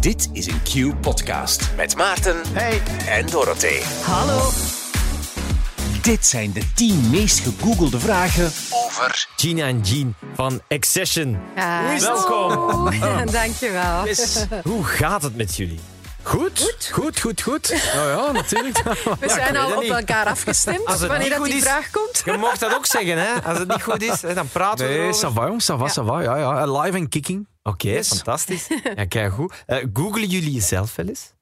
Dit is een Q-podcast met Maarten hey. en Dorothee. Hallo. Dit zijn de 10 meest gegoogelde vragen over... Gina en Jean van Accession. Ah, Welkom. dankjewel. Hoe gaat het met jullie? Goed? Goed, goed, goed. Nou ja, natuurlijk. We zijn al op elkaar afgestemd Als het wanneer niet dat goed die is- vraag komt. Je mocht dat ook zeggen, hè? Als het niet goed is, hè, dan praten we Nee, erover. ça va, jongens, ça va, ça va. Ja, ja. Live en kicking. Oké, fantastisch. Ja, kijk, goed. googelen jullie jezelf wel eens?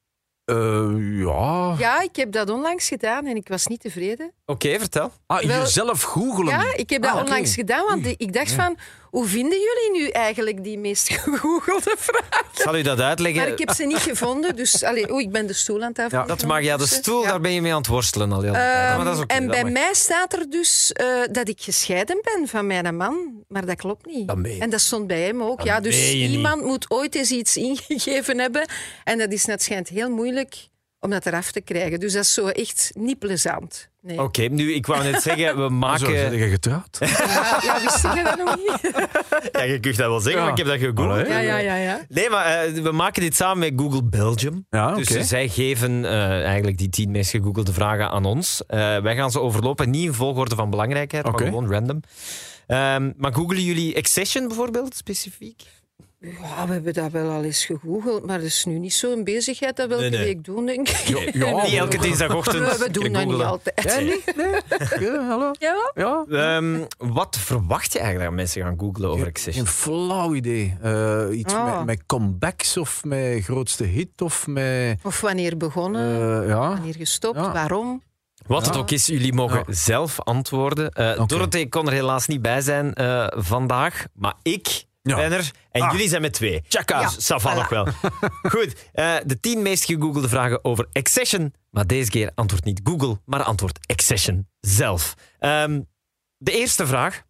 Eh, ja. Ja, ik heb dat onlangs gedaan en ik was niet tevreden. Oké, vertel. Ah, Wel- jezelf googelen. Ja, ik heb dat Ah, oké. onlangs gedaan, want ik dacht van... Hoe vinden jullie nu eigenlijk die meest gegoogelde vraag? Ik zal u dat uitleggen. Maar ik heb ze niet gevonden, dus... Allee, oeh, ik ben de stoel aan Dus, het Ja, afnemen. dat mag. Ja, de stoel, daar ben je mee aan het worstelen al heel de tijd. Ehm, Maar dat is oké, en dat bij mag. mij staat er dus eh, dat ik gescheiden ben van mijn man, maar dat klopt niet. Dat meen je. en dat stond bij hem ook. ja, dus meen je niet. iemand moet ooit eens iets ingegeven hebben. En dat is net schijnt heel moeilijk om dat eraf te krijgen. Dus dat is zo echt niet plezant. Nee. Oké, nu, ik wou net zeggen, we Ah, Zo, ben maken... je getrouwd? Ja, ja, wist je dat nog niet? Ja, je kunt dat wel zeggen, Ja. maar ik heb dat gegoogeld. Ja, ja, ja. ja. Nee, maar eh, we maken dit samen met Google Belgium. Ja, oké. Dus zij geven eh, eigenlijk die tien meest gegoogelde vragen aan ons. Eh, wij gaan ze overlopen, niet in volgorde van belangrijkheid, Oké. maar gewoon random. Ehm, maar googelen jullie Accession bijvoorbeeld specifiek? Ja, we hebben dat wel al eens gegoogeld, maar dat is nu niet zo'n bezigheid dat we elke Nee, nee. week doen, denk ik. ja, niet elke dinsdagochtend. We, we doen dat niet googelen. altijd. Jij niet? Nee? Ja, hallo? Ja? Ja? Ehm, wat verwacht je eigenlijk dat mensen gaan googelen over Accession? Geen flauw idee. Eh, iets Ah. met, met comebacks of met grootste hit of met... Of wanneer begonnen, eh, ja. wanneer gestopt, Ja. waarom. Wat het Ja. ook is, jullie mogen Ja. zelf antwoorden. Eh Dorothee kon er helaas niet bij zijn eh, vandaag, maar ik Ja. ben er en Ah. jullie zijn met twee. Tjaka, Ja, Dus ça va voilà. nog wel. Goed, eh, de tien meest gegoogelde vragen over Accession. Maar deze keer antwoordt niet Google, maar antwoordt Accession zelf. Ehm, de eerste vraag.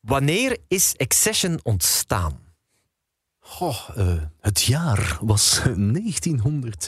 Wanneer is Accession ontstaan? Goh, eh, het jaar was 1900.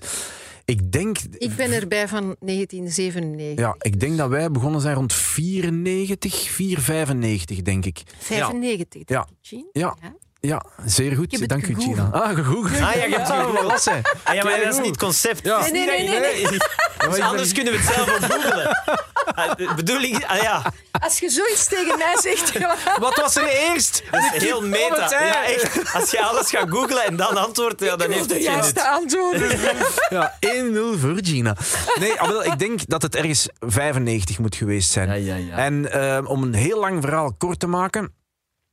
Ik denk... Ik ben erbij van 1997. Ja, ik denk dat wij begonnen zijn rond 94, 495, denk ik. 95, denk Ja. ik, Jean. Ja. Ja, zeer goed. Ik heb het Dank u, gegoogeld. Gina. Ah, gegoogeld. Ah, ja, je hebt het gegoogeld. was hij. Ah, ja, maar dat is niet het concept. Ja. Het is Nee, nee, niet nee, dat je- Dus ik anders kunnen we het zelf ook googelen. Ah, De bedoeling... Ah, ja. Als je zoiets tegen mij zegt, ja. Wat was er eerst? Dat is heel meta. Ja, echt. Als je alles gaat googlen en dan antwoordt, ja, dan heeft de het geen nut. juiste antwoorden. Ja, 1-0 voor Gina. Nee, ah, wel, ik denk dat het ergens 95 moet geweest zijn. En eh, om een heel lang verhaal kort te maken.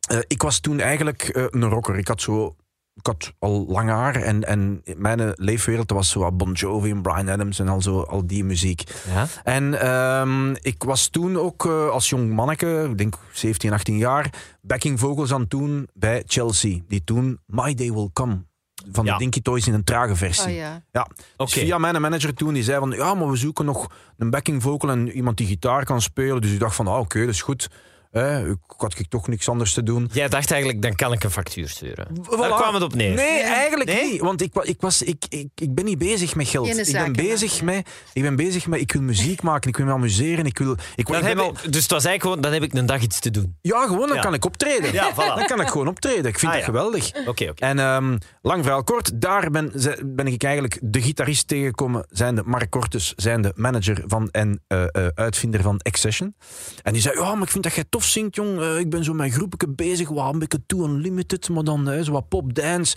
eh, ik was toen eigenlijk eh, een rocker. Ik had zo... Ik had al lang haar en, en mijn leefwereld was zo wat Bon Jovi en Brian Adams en al, zo, al die muziek. Ja. En ehm, ik was toen ook eh, als jong manneke, ik denk 17, 18 jaar, backing vocals aan toen bij Chelsea. Die toen My Day Will Come van Ja. de Dinky Toys in een trage versie. Ah, ja. Dus Oké. via mijn manager toen, die zei van ja, maar we zoeken nog een backing vocal en iemand die gitaar kan spelen. Dus ik dacht van ah, oké, dat is goed. Eh, ik had ik toch niks anders te doen. Jij dacht eigenlijk, dan kan ik een factuur sturen. Voilà. Daar kwam het op neer. Nee, eigenlijk Nee? niet. Want ik, wa- ik, was, ik, ik, ik ben niet bezig met geld. Geen Ik ben, zaken bezig maken, met, ik ben bezig met... Ik wil muziek maken, ik wil me amuseren, ik wil... Ik, ik Dan ben heb al- ik, dus het was eigenlijk gewoon, dan heb ik een dag iets te doen. Ja, gewoon, dan Ja. kan ik optreden. Ja, voilà. Dan kan ik gewoon optreden. Ik vind Ah, het ja. geweldig. Oké, oké. En ehm, lang verhaal kort, daar ben, ze- ben ik eigenlijk de gitarist tegengekomen, zijnde Mark Cortus, zijnde manager van en eh, eh, uitvinder van Accession. En die zei, ja, maar ik vind dat jij tof zingt, jong. Eh, ik ben zo met groepje bezig, wat een beetje too unlimited, maar dan eh, zo wat pop, dance.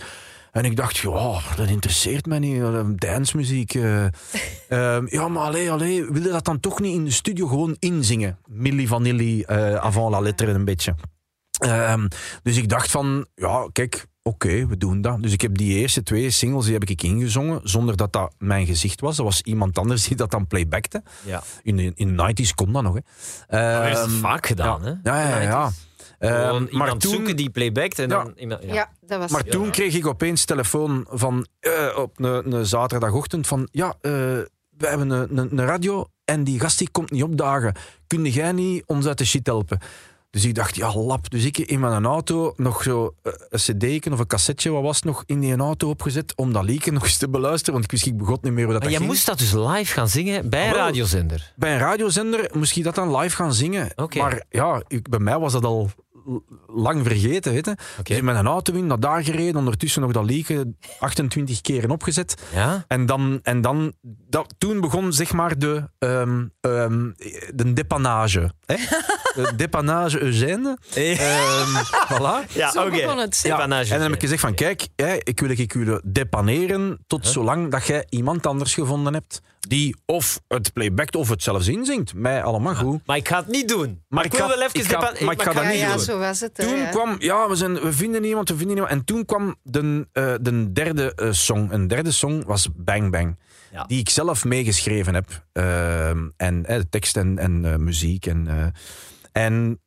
En ik dacht, ja, dat interesseert mij niet, eh, dancemuziek. eh. Ehm, ja, maar allee, allee, wil je dat dan toch niet in de studio gewoon inzingen? Milli Vanilli, eh, avant la lettre een beetje. Ehm, dus ik dacht van, ja, kijk, oké, we doen dat. Dus ik heb die eerste twee singles die heb ik ingezongen, zonder dat dat mijn gezicht was. Dat was iemand anders die dat dan playbackte. Ja. In de, in de 90s kon dat nog, hè. Maar dat is Ehm, het vaak gedaan, hè? Ja, ja, ja. ja. Ehm, Oh Gewoon maar iemand zoeken toen, die playbackt en Ja. dan... Iemand, Ja. ja. dat was maar het. toen kreeg ik opeens telefoon van, eh, op een een zaterdagochtend van, ja, eh, we hebben een, een, een radio en die gast die komt niet opdagen. Kun jij niet ons uit de shit helpen? Dus ik dacht, ja, lap. Dus ik in mijn auto nog zo eh, een cd'ken of een cassetje, wat was het nog, in die auto opgezet om dat liedje nog eens te beluisteren, want ik wist ik begot niet meer hoe dat, Maar dat jij ging. moest dat dus live gaan zingen bij een Wel. radiozender. Bij een radiozender moest je dat dan live gaan zingen. Oké. Maar ja, ik, bij mij was dat al lang vergeten. Weet je. Oké. Dus met een auto in, naar daar gereden, ondertussen nog dat lieken 28 keren opgezet. Ja? En, dan, en dan, dat, toen begon zeg maar de, ehm ehm, de depanage. Hè? De depanage Eugène. Ehm, voilà. Ja, Zo begon het. Ja, en dan heb ik gezegd van, kijk, hè, ik wil ik jullie depaneren tot zolang dat jij iemand anders gevonden hebt. Die of het playbackt of het zelf inzingt. Mij allemaal goed. Maar ik ga het niet doen. Maar, ik, ik ga- wil wel even... ik ga- depa- maar ik ga dat Ja, niet ja, doen. zo was het. eh, hè, Toen ja. kwam, ja, we, zijn, we vinden iemand, we vinden iemand. En toen kwam de, eh, de derde eh, song. Een derde song was Bang Bang. Ja. Die ik zelf meegeschreven heb. Ehm, en eh, de tekst en, en eh, muziek. En, eh, en,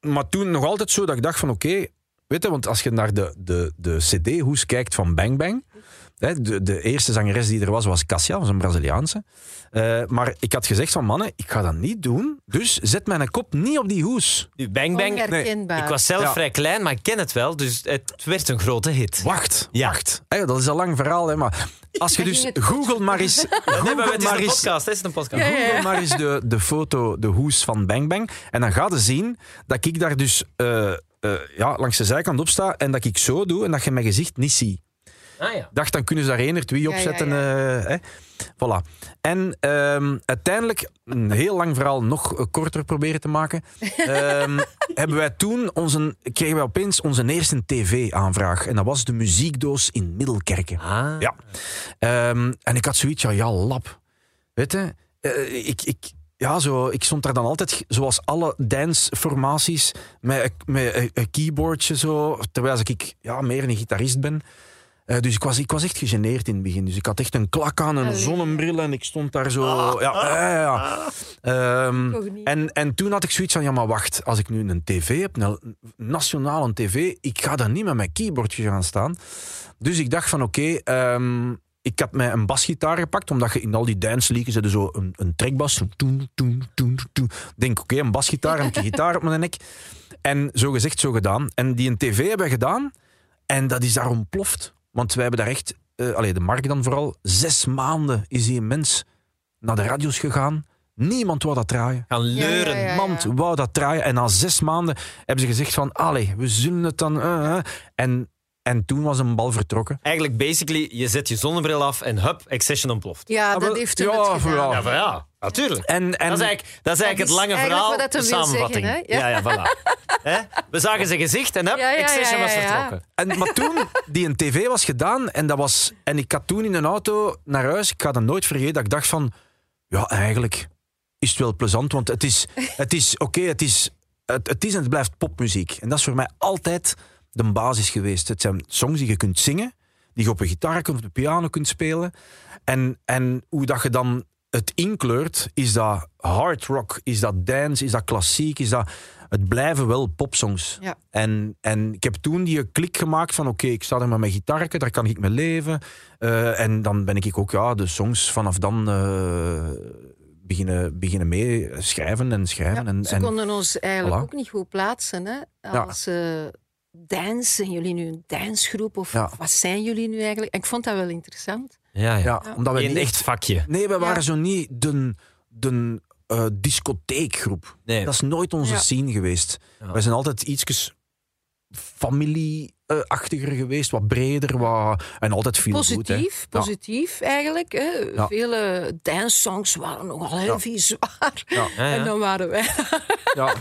maar toen nog altijd zo dat ik dacht van oké, weet je, want als je naar de, de, de cd-hoes kijkt van Bang Bang. hè, de, de eerste zangeres die er was, was Cassia, was een Braziliaanse. Eh, maar ik had gezegd van mannen, ik ga dat niet doen. Dus zet mijn kop niet op die hoes. Nu, Bang Bang. Onherkenbaar. Ik was zelf Ja. vrij klein, maar ik ken het wel. Dus het werd een grote hit. Wacht, Ja. wacht. Hé, dat is een lang verhaal, hè, maar als je Daar dus ging het Google maar eens, Nee, Google maar het is maar een eens, podcast. Het is een podcast. Ja, ja. Google maar eens de, de foto, de hoes van Bang Bang, en dan ga je zien dat ik daar dus eh, eh, ja, langs de zijkant op sta en dat ik zo doe en dat je mijn gezicht niet ziet. Ah, ja. Dacht, dan kunnen ze daar één of twee Ja, opzetten. ja, eh, hè. Voilà. En ehm, uiteindelijk, een heel lang verhaal nog eh, korter proberen te maken, ehm, hebben wij toen onze, kregen wij opeens onze eerste tv-aanvraag. En dat was de muziekdoos in Middelkerken. Ah. Ja. Ehm, en ik had zoiets, ja, ja, lap. Weet je, eh, ik, ik, ja, zo, ik stond daar dan altijd, zoals alle danceformaties, met, met een, een keyboardje zo. Terwijl ik ja, meer een gitarist ben. Eh, dus ik was, ik was echt gegeneerd in het begin. Dus ik had echt een klak aan, een Allee. Ah. zonnebril en ik stond daar zo. ja, eh, ja, ja. Ehm, Toch niet. en, en toen had ik zoiets van, ja maar wacht, als ik nu een tv heb, een nationale tv, ik ga dan niet met mijn keyboardje gaan staan. Dus ik dacht van oké, ehm, ik had mij een basgitaar gepakt, omdat je in al die dance leagues hadden zo een, een trekbas. Zo toen, toen, toen, toen. Ik Denk oké, een basgitaar, een gitaar op mijn nek. En zo gezegd, zo gedaan. En die een tv hebben gedaan, en dat is daar ontploft. Want wij hebben daar echt, eh allee, de markt dan vooral, zes maanden is die mens naar de radio's gegaan. Niemand wou dat draaien. Gaan leuren. Ja, ja, ja. Niemand wou dat draaien. En na zes maanden hebben ze gezegd van, allee, we zullen het dan... eh, eh. En, en toen was een bal vertrokken. Eigenlijk, basically, je zet je zonnebril af en hup, Accession ontploft. Ja, Ah, wel, dat heeft hem ja, het gedaan. vooral. Ja, maar ja, natuurlijk. En, en dat is eigenlijk, dat is eigenlijk Dat is het lange eigenlijk verhaal, wat dat de hem wil samenvatting. zeggen, hè? ja. Ja. ja, voilà. Hè? We zagen zijn gezicht en hup, Ja, ja, ja, Accession was ja, ja. vertrokken. En, maar toen, die een tv was gedaan en, dat was, en ik had toen in een auto naar huis, ik ga dat nooit vergeten, dat ik dacht van, ja, eigenlijk is het wel plezant, want het is, het is oké, het, is, het, het is en het blijft popmuziek. En dat is voor mij altijd de basis geweest. Het zijn songs die je kunt zingen, die je op een gitaar kunt, op de piano kunt spelen. En, en hoe dat je dan het inkleurt, is dat hard rock, is dat dance, is dat klassiek, is dat... Het blijven wel popsongs. Ja. En, en ik heb toen die klik gemaakt van oké, ik sta er met mijn gitaarke, daar kan ik mee leven. Eh, en dan ben ik ook ja, de songs vanaf dan eh, beginnen, beginnen mee schrijven en schrijven. en, Ze en, konden ons eigenlijk Voilà. ook niet goed plaatsen. Hè? Als eh, dance, zijn jullie nu een dansgroep? Of Ja. wat zijn jullie nu eigenlijk? En ik vond dat wel interessant. Ja, ja. ja, omdat we Een niet, echt vakje. Nee, we Ja. waren zo niet de, de eh, discotheekgroep. Nee. Dat is nooit onze Ja. scene geweest. Ja. Wij zijn altijd ietsjes familieachtiger geweest, wat breder, wat, en altijd veel goed. Positief, hè. Ja. positief eigenlijk. Hè? Vele dance-songs waren nogal heavy zwaar. Ja. Ja, ja. En dan waren wij. Ja.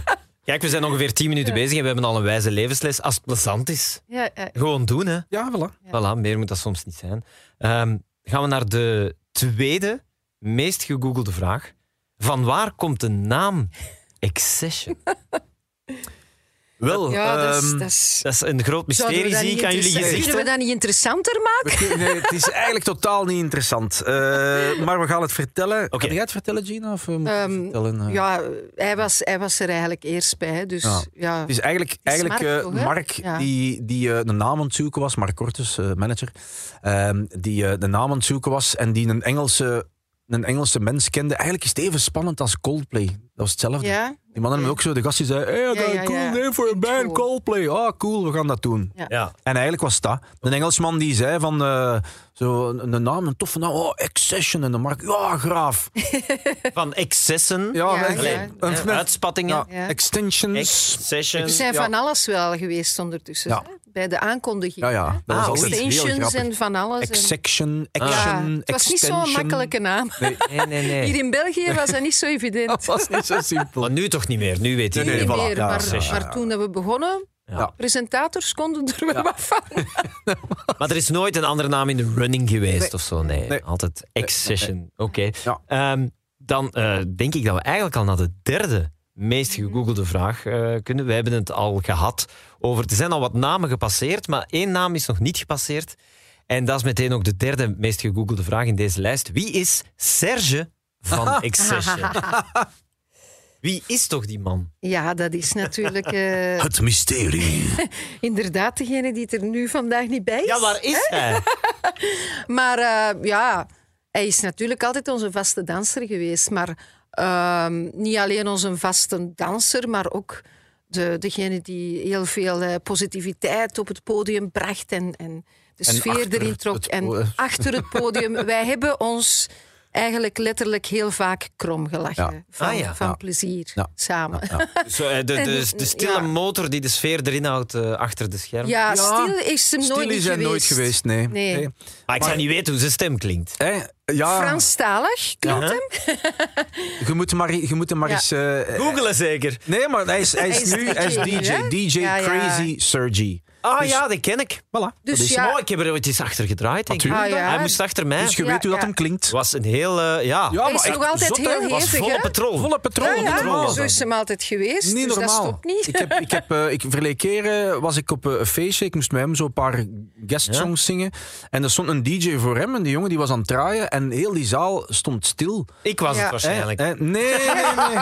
Kijk, we zijn ongeveer 10 minuten bezig en we hebben al een wijze levensles. Als het plezant is, Ja, ja. gewoon doen, hè. ja, voilà. Voilà, meer moet dat soms niet zijn. Ehm, gaan we naar de tweede meest gegoogelde vraag. Van waar komt de naam Accession? Wel, Ja, dat is- Ehm, dat is- dat is een groot zouden we mysterie, dat zie niet ik aan jullie interessant- gezichten. Kunnen we dat niet interessanter maken? We kunnen- nee, het is eigenlijk totaal niet interessant. Eh, maar we gaan het vertellen. Oké. Kan jij het vertellen, Gina? Of eh, moet ik het Ehm, vertellen? eh? Ja, hij was, hij was er eigenlijk eerst bij. hè, Dus Ja. ja. Het is eigenlijk, is eigenlijk Mark eh, toch, Mark, hè? Ja. die, die eh, de naam aan het zoeken was, Mark Cortes, eh, manager, ehm, die eh, de naam aan het zoeken was en die een Engelse, een Engelse mens kende. Eigenlijk is het even spannend als Coldplay. Dat was hetzelfde. Ja? Die mannen hebben ook zo, de gast die zei, hey, I got Ja, a ja, cool ja. name for a Klinkt band, cool. Coldplay. Ah, cool, we gaan dat doen. Ja. Ja, En eigenlijk was dat. Een Engelsman die zei van, eh, Zo een, een naam, een toffe naam. Oh, Accession. En dan Mark, ja, graaf. Van excessen. Ja, maar- ja. Allee, Een- eh, uitspattingen. ja, Ja. Extensions. Er Exceptions. zijn Ja. van alles wel geweest ondertussen. Ja. hè? Bij de aankondiging. Ja, ja. Dat Ah, was altijd heel Extensions grappig. en van alles. en- Exection, action, Ja, extension. het was niet zo'n makkelijke naam. Nee, nee, Hier nee. in België was dat niet zo Dat evident. was niet zo simpel. Maar nu toch niet meer. Nu weet je. Nee, nee, niet voilà. meer, Ja, maar, ja, ja, maar toen dat we begonnen, Ja. presentators konden er wel wat van. Maar er is nooit een andere naam in de running geweest of zo. Nee, Nee. altijd Accession. Oké. Ja. Ehm, dan eh, denk ik dat we eigenlijk al naar de derde meest Mhm. gegoogelde vraag eh, kunnen. We hebben het al gehad over... Er zijn al wat namen gepasseerd, maar één naam is nog niet gepasseerd. En dat is meteen ook de derde meest gegoogelde vraag in deze lijst. Wie is Serge van Accession? Wie is toch die man? Ja, dat is natuurlijk eh, Het mysterie. inderdaad degene die er nu vandaag niet bij is. Ja, waar is hij? Maar eh, ja, hij is natuurlijk altijd onze vaste danser geweest. Maar ehm, niet alleen onze vaste danser, maar ook de, degene die heel veel eh, positiviteit op het podium bracht en, en de En sfeer achter erin het trok. podium. En achter het podium. Wij hebben ons eigenlijk letterlijk heel vaak krom gelachen. Ja. Van, Ah, ja. van Ja. plezier, Ja. samen. Zo, eh, de, de, de stille dus, Ja. motor die de sfeer erin houdt eh, achter de schermen. Ja, Ja, stil is hem Stil nooit, is niet hij nooit geweest, nee. Nee. Maar ik zou niet weten hoe zijn stem klinkt. Hè? ja, Franstalig, klopt Ja. hem? je moet hem maar, je moet hem maar Ja. eens... eh, Googelen zeker. nee, maar hij is, hij is Hij is nu hij is DJ, hè? DJ. DJ Ja, ja. Crazy Sergi. Ah ja, die ken ik. Dus- Voilà. Dus dat is ja. Oh, ik heb er ooit eens achter gedraaid. Denk ik. Natuurlijk Ah, ja. Hij moest achter mij. hem. Dus je Ja, weet hoe dat ja. hem klinkt. was een heel... eh, ja, Ja, Hij is nog altijd zot, hè? heel Was was hevig, volle hè? patrol. Volle patrol. Ja, ja, niet Oh, normaal. zo is hem altijd geweest. Niet dus normaal. dat stopt niet. Ik heb, ik heb, eh, ik verleden keer eh, was ik op eh, een feestje. Ik moest met hem zo een paar guest songs zingen. En er stond een DJ voor hem. En die jongen die was aan het draaien. En heel die zaal stond stil. Ik was het Ja. waarschijnlijk. Eh, eh, nee, nee, nee.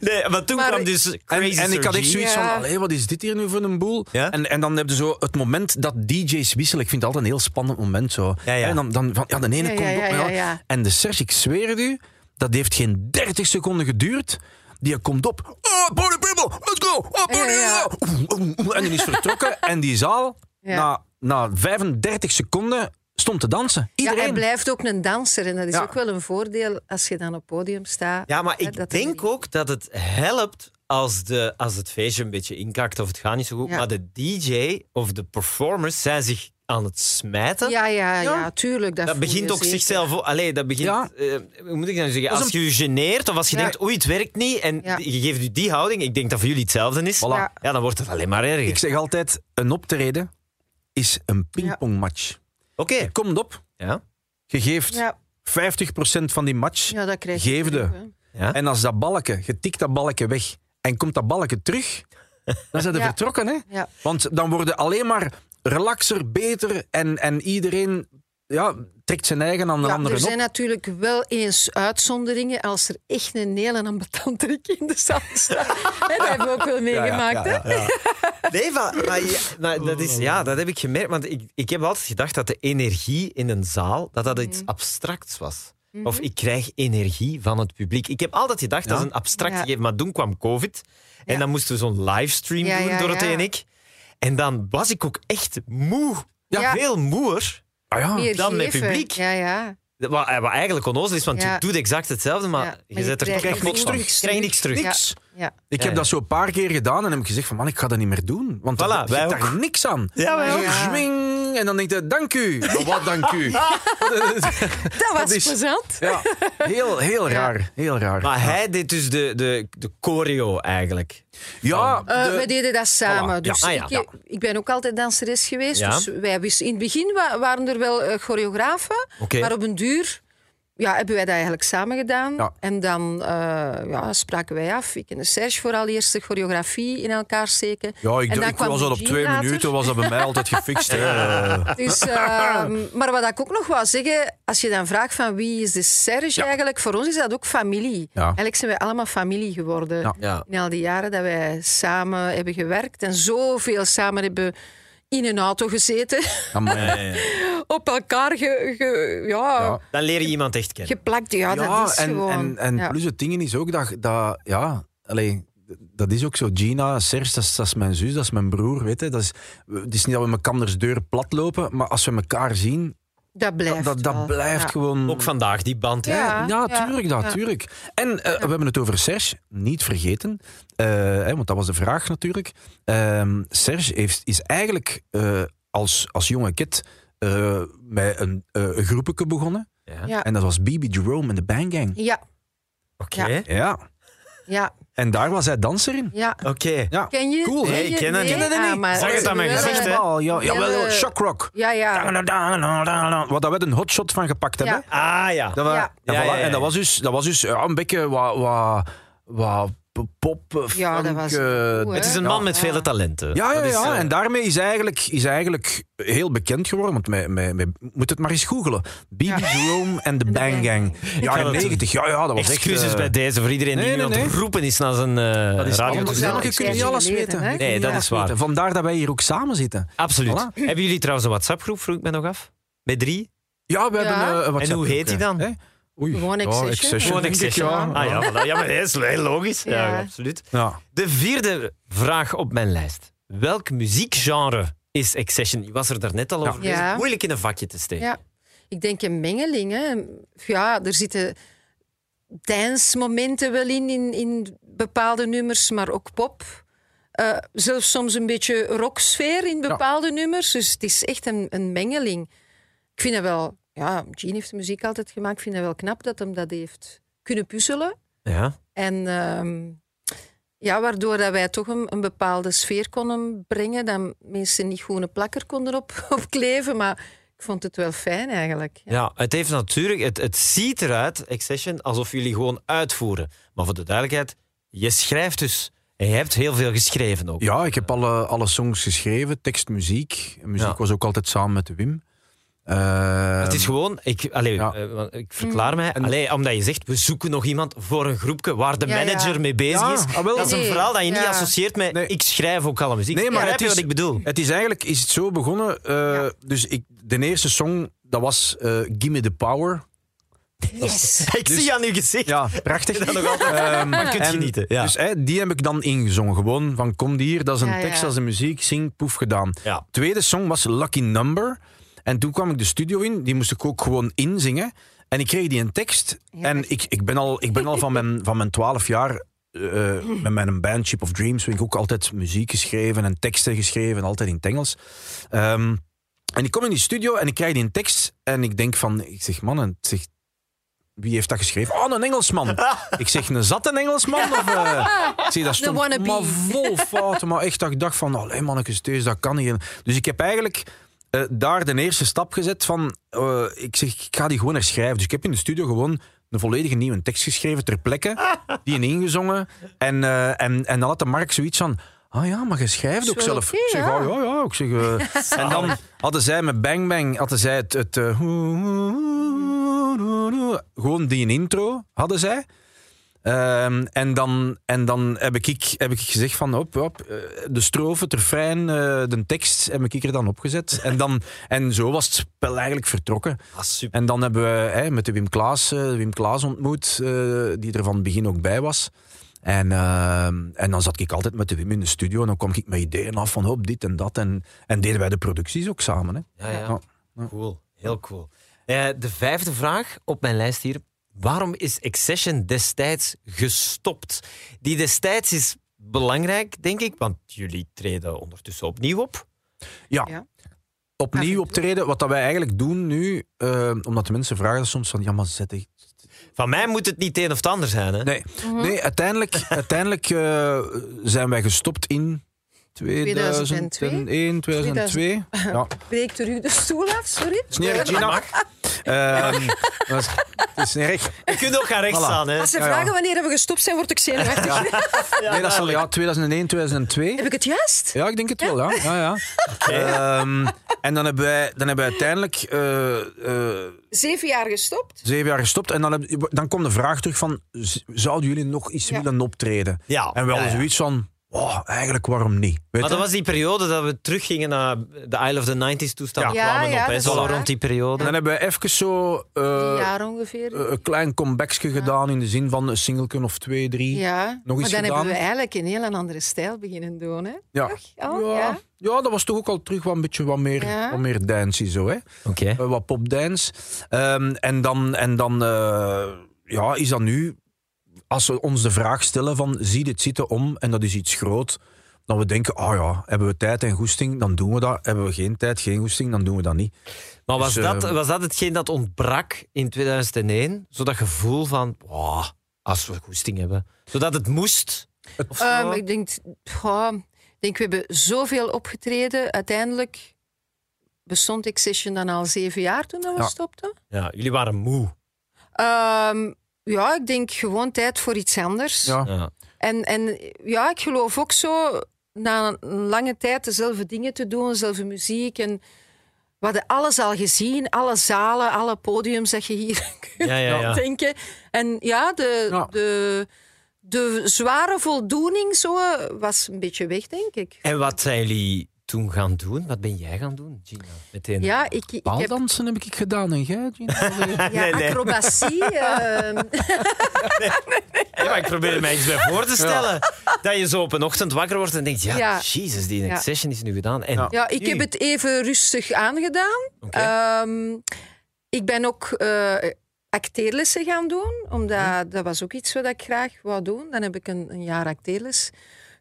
Nee, maar toen Maar- kwam dus En, Crazy en ik had echt Sergi. zoiets Ja. van, allee, wat is dit hier nu voor een boel? Ja. En, en dan heb je zo het moment dat DJ's wisselen. Ik vind het altijd een heel spannend moment zo. Ja, ja. En dan, dan van, ja, de ene Ja, komt ja, op. ja, ja. ja, ja. En de Serge, ik zweer het u, dat heeft geen 30 seconden geduurd. Die komt op. Oh, party people, let's go! Oh, party, Ja, ja, ja. Oeh, oeh, oeh. En die is vertrokken. en die zaal, Ja. na, na 35 seconden, stond te dansen. Ja, hij Iedereen. blijft ook een danser. En dat is Ja. ook wel een voordeel als je dan op podium staat. Ja, maar Hè, ik dat hij denk niet- ook dat het helpt als, de, als het feestje een beetje inkakt of het gaat niet zo goed. Ja. Maar de DJ of de performers zijn zich aan het smijten. Ja, ja, ja, Ja. tuurlijk. Dat, Dat voel je begint ook zeker. zichzelf. ook- Allee, dat begint. Ja. eh, hoe moet ik nou zeggen? Dat is Als je je geneert of als je Ja. denkt, oei, het werkt niet. En Ja. je geeft u die houding. Ik denk dat voor jullie hetzelfde is. Voilà. Ja. Ja, dan wordt het alleen maar Ik erger. zeg altijd, een optreden is een pingpongmatch. Oké. Je komt op, Ja. je geeft... Ja, 50% van die match. ja, dat krijg Geef je. de. terug, hè. Ja. En als dat balken, je tikt dat balken weg en komt dat balken terug, dan zijn ze Ja. vertrokken. Hè? Ja. Want dan worden alleen maar relaxer, beter en, en iedereen ja, trekt zijn eigen aan de Ja, anderen er zijn op. natuurlijk wel eens uitzonderingen als er echt een hele ambetante in de zaal staat. Hè, dat hebben we ook wel Ja, ja, meegemaakt. hè? ja, ja. Nee, maar, maar ja, maar dat Oh. is, ja, dat heb ik gemerkt. Want ik, ik heb altijd gedacht dat de energie in een zaal dat dat iets Mhm. abstracts was. Of ik krijg energie van het publiek. Ik heb altijd gedacht dat is een abstract Ja. gegeven. Maar toen kwam COVID. En Ja. dan moesten we zo'n livestream Ja, doen, ja, Dorothee ja. en ik. En dan was ik ook echt moe. Ja. Veel moeer. Ah ja. Meer Dan met geven. publiek. Ja, ja. Wat, eh, wat eigenlijk onnozel is, want Ja. je doet exact hetzelfde, maar Ja, maar je je zet er krijgt toch niks niks terug. terug. Je krijgt niks terug. Ja. Niks. ja. Ik Ja, heb ja. dat zo een paar keer gedaan en heb ik gezegd van man, ik ga dat niet meer doen. Want Voilà, daar, je wij hebt ook. daar niks aan. Ja, wij Zo ook. Ja. zwing, en dan denk je, dank u. Maar wat dank u? Dat was is- plezant. Ja, heel, heel Ja. raar. Heel raar. Maar hij deed dus de, de, de choreo eigenlijk. ja, Eh, de- we deden dat samen. Voilà. Dus Ja. Ah, ja. ik, ik ben ook altijd danseres geweest. Ja. Dus wij wisten, in het begin wa- waren er wel eh, choreografen. Oké. Maar op een duur ja, hebben wij dat eigenlijk samen gedaan. Ja. En dan eh, ja, spraken wij af. Ik en Serge vooral eerst de choreografie in elkaar steken. Ja, ik, En dan ik kwam was al op Eugene twee later. minuten, was dat bij mij altijd gefixt. hè. Dus, ehm, maar wat ik ook nog wou zeggen, als je dan vraagt van wie is de Serge eigenlijk, voor ons is dat ook familie. Ja. Eigenlijk zijn wij allemaal familie geworden Ja. Ja. in al die jaren dat wij samen hebben gewerkt en zoveel samen hebben in een auto gezeten, Eh, Amai. op elkaar ge, ge- ja, Ja. Dan leer je iemand echt kennen. geplakt. Ja, dat is en, gewoon. en, en ja. plus het ding is ook dat, dat ja, allee, dat is ook zo. Gina, Serge, dat is, dat is mijn zus, dat is mijn broer. Weet je? Dat is, het is niet dat we mekanders deur plat lopen, maar als we elkaar zien, Dat blijft dat, dat, dat wel. blijft Ja. gewoon... Ook vandaag, die band. hè. Ja. Ja, tuurlijk, dat, ja. tuurlijk. En eh, we hebben het over Serge, niet vergeten. Eh, hè, want dat was de vraag natuurlijk. Ehm, Serge heeft, is eigenlijk eh, als, als jonge kid eh, met een eh een groepje begonnen. Ja. Ja. En dat was BB Jerome en de Bang Gang. Ja, Oké. Ja. Ja, ja, en daar was hij danser in. ja. Oké. Ja. Ken je? Cool, hè? je? Ik ken dat Nee? niet. Ah, maar Zeg het aan mijn wel, Ja, gezicht, hè? eh, wel, Ja, jawel, Jelle- shockrock. Ja, ja. Wat dat we een hotshot van gepakt hebben. Ja. Ah ja. Dat we- Ja. en Ja, voilà, ja, ja. En dat was dus, dat was dus ja, een beetje wat, wat, wat pop, eh, Ja, dat funk, was eh, goed, hè? Het is een Ja. man met Ja. vele talenten. Ja, ja, Dat is, ja. eh, en daarmee is eigenlijk, is eigenlijk heel bekend geworden. Want mij, mij, mij- moet het maar eens googelen. BB Ja. Jerome en de de Bang Bang Gang. ga Jaren dat doen. 90. Ja, ja, dat was Excuses echt... eh, bij deze voor iedereen nee, die nu nee, aan het nee. roepen is naar zijn eh, dat is radio. allemaal- te ja, zetten. Je kunt niet Ja, alles geleden, weten. hè? Je kunt Nee, niet dat alles is waar. weten. Vandaar dat wij hier ook samen zitten. Absoluut. Voilà. Hebben jullie trouwens een WhatsApp-groep, vroeg ik mij nog af? Met drie? Ja, we Ja. hebben... eh, een WhatsApp-groep, hoe heet die ja. dan? Hè? Oei. Gewoon Ja, Accession. Gewoon denk ik, Accession. ja. Ah ja, voilà. ja maar dat is heel logisch. Ja. Ja. absoluut. Ja. De vierde vraag op mijn lijst. Welk muziekgenre is Accession? Je was er daarnet al over. Ja. bezig. Moeilijk in een vakje te steken. Ja. Ik denk een mengeling. Hè. Ja, er zitten dansmomenten wel in, in, in bepaalde nummers, maar ook pop. Eh, zelfs soms een beetje rocksfeer in bepaalde nummers. Dus het is echt een, een mengeling. Ik vind dat wel... Ja, Gene heeft de muziek altijd gemaakt. Ik vind dat wel knap dat hem dat heeft kunnen puzzelen. Ja. En ehm, ja, waardoor dat wij toch een, een bepaalde sfeer konden brengen. Dat mensen niet gewoon een plakker konden op, opkleven. Maar ik vond het wel fijn eigenlijk. Ja. Ja, het heeft natuurlijk, het, het ziet eruit, Accession, alsof jullie gewoon uitvoeren. Maar voor de duidelijkheid, je schrijft dus. En je hebt heel veel geschreven ook. Ja, ik heb alle, alle songs geschreven. Tekst, muziek. En Muziek Ja. was ook altijd samen met Wim. Eh, Het is gewoon, ik, allee, Ja. eh, want ik Mm. verklaar mij, allee, omdat je zegt, we zoeken nog iemand voor een groepje waar de Ja, ja. manager mee bezig Ja, is. ah, wel. Dat is een Nee, verhaal dat je niet ja. associeert met, Nee. ik schrijf ook alle muziek. Nee, maar Begrijp het je wat is- ik bedoel? Het is eigenlijk is het zo begonnen. eh, Dus ik, de eerste song, dat was eh Gimme the Power. Yes. Ik zie aan uw gezicht. Dus- Ja, prachtig. Dat nog altijd. Ehm, Maar je kunt en genieten, ja. Dus hè, die heb ik dan ingezongen. Gewoon van kom hier, dat is een Ja, ja. tekst, dat is een muziek, zing, poef gedaan. Ja. Tweede song was Lucky Number. En toen kwam ik de studio in, die moest ik ook gewoon inzingen. En ik kreeg die een tekst. En ik, ik ben al, ik ben al van, mijn, van mijn 12 jaar eh, eh, met mijn band Ship of Dreams. Heb ik ook altijd muziek geschreven en teksten geschreven, altijd in het Engels. Ehm, en ik kom in die studio en ik krijg die een tekst. En ik denk van, ik zeg man, en zeg, wie heeft dat geschreven? Oh, een Engelsman. ik zeg, een zatte Engelsman? Of, eh, ik zeg, dat stond wannabe. maar vol fouten. Maar echt, dat ik dacht van, allee mannetjes, thuis, dat kan niet. Dus ik heb eigenlijk eh, daar de eerste stap gezet van, eh, ik zeg, ik ga die gewoon herschrijven. Dus ik heb in de studio gewoon een volledige nieuwe tekst geschreven ter plekke. Die in ingezongen. En, eh, en, en dan had de Mark zoiets van... Ah ja, maar je schrijft Is ook wel zelf. oké, ik zeg, ja. oh ja, ja. Ik zeg, eh, en dan hadden zij met Bang Bang, hadden zij het... het eh, gewoon die intro hadden zij. Ehm, en dan, en dan heb, ik, ik- heb ik gezegd van op, op eh, de strofe, het refrein, eh, de tekst heb ik er dan opgezet. En, dan, en zo was het spel eigenlijk vertrokken. Ah, super. En dan hebben we hè, met de Wim Klaas, eh, Wim Klaas ontmoet, eh, die er van het begin ook bij was. En, ehm, en dan zat ik altijd met de Wim in de studio en dan kwam ik met ideeën af van hop, dit en dat. En, en deden wij de producties ook samen. Hè. Ja, ja. Ja. Cool, heel cool. Eh, de vijfde vraag op mijn lijst hier. Waarom is Accession destijds gestopt? Die destijds is belangrijk, denk ik, want jullie treden ondertussen opnieuw op. Ja. Ja. Opnieuw optreden, wat dat wij eigenlijk doen nu, eh, omdat de mensen vragen soms van, ja maar zet ik Van mij moet het niet het een of het ander zijn. Hè? Nee, nee uiteindelijk, uiteindelijk eh, zijn wij gestopt in 2001, 2002. 2002. Ja, Breek terug de stoel af, sorry. is niet erg, Gina. Ehm, dat is- Het is niet erg. Je kunt ook gaan rechts Voilà. staan. Hè? Als ze Ja, ja. vragen wanneer we gestopt zijn, word ik zenuwachtig. Nee, dat is al ja, 2001, 2002. Heb ik het juist? Ja, ik denk het wel, ja. ja, ja. Ehm, en dan hebben wij, dan hebben wij uiteindelijk eh, eh, Zeven jaar gestopt? zeven jaar gestopt. En dan, heb- dan kwam de vraag terug van, z- zouden jullie nog iets Ja. willen optreden? Ja. En wel ja, ja. zoiets van, oh, eigenlijk waarom niet? Weet Maar je? dat was die periode dat we teruggingen naar de Isle of the 90s toestand. Ja. kwamen Ja, ja, op, hè. dat is Zo waar. rond die periode. Dan hebben we even zo eh, Drie jaar ongeveer. een klein comebackje gedaan in de zin van een singeltje of twee, drie. ja. nog maar iets dan gedaan? hebben we eigenlijk een heel andere stijl beginnen doen. Hè? Ja. Toch? Oh, ja. ja. Ja, dat was toch ook al terug wat een beetje wat meer, Ja. wat meer dancey zo, hè? Oké. Eh, wat popdance. Ehm, en dan, en dan eh, ja, is dat nu, als we ons de vraag stellen van zie dit zitten om, en dat is iets groot, dan we denken, oh ja, hebben we tijd en goesting, dan doen we dat. Hebben we geen tijd, geen goesting, dan doen we dat niet. Maar was, Dus, dat, eh, was dat hetgeen dat ontbrak in 2001? Zo dat gevoel van, "Wah, als we goesting hebben. Zodat het moest. Of zo. Ehm, ik denk, goh, ik denk, we hebben zoveel opgetreden. Uiteindelijk bestond Excision dan al zeven jaar toen dat we Ja. stopten. ja, jullie waren moe. Ehm, ja, ik denk gewoon tijd voor iets anders. Ja. Ja. En, en ja, ik geloof ook zo, na een lange tijd dezelfde dingen te doen, dezelfde muziek. En we hadden alles al gezien, alle zalen, alle podiums dat je hier kunt Ja, ja, ja. denken. En ja, de, Ja. De, de zware voldoening zo was een beetje weg, denk ik. En wat zijn jullie toen gaan doen? Wat ben jij gaan doen, Gina? Meteen. Ja, ik, ik heb Paaldansen heb ik gedaan, en jij, Gina? ja, Nee, nee. acrobatie. ehm, Ja, maar ik probeer mij iets bij voor te stellen. Dat je zo op een ochtend wakker wordt en denkt, ja, Ja. jezus, die Ja. session is nu gedaan. En Ja. ja, ik nu? heb het even rustig aangedaan. Oké. Ehm, ik ben ook eh, acteerlessen gaan doen, omdat dat was ook iets wat ik graag wou doen. Dan heb ik een, een jaar acteerles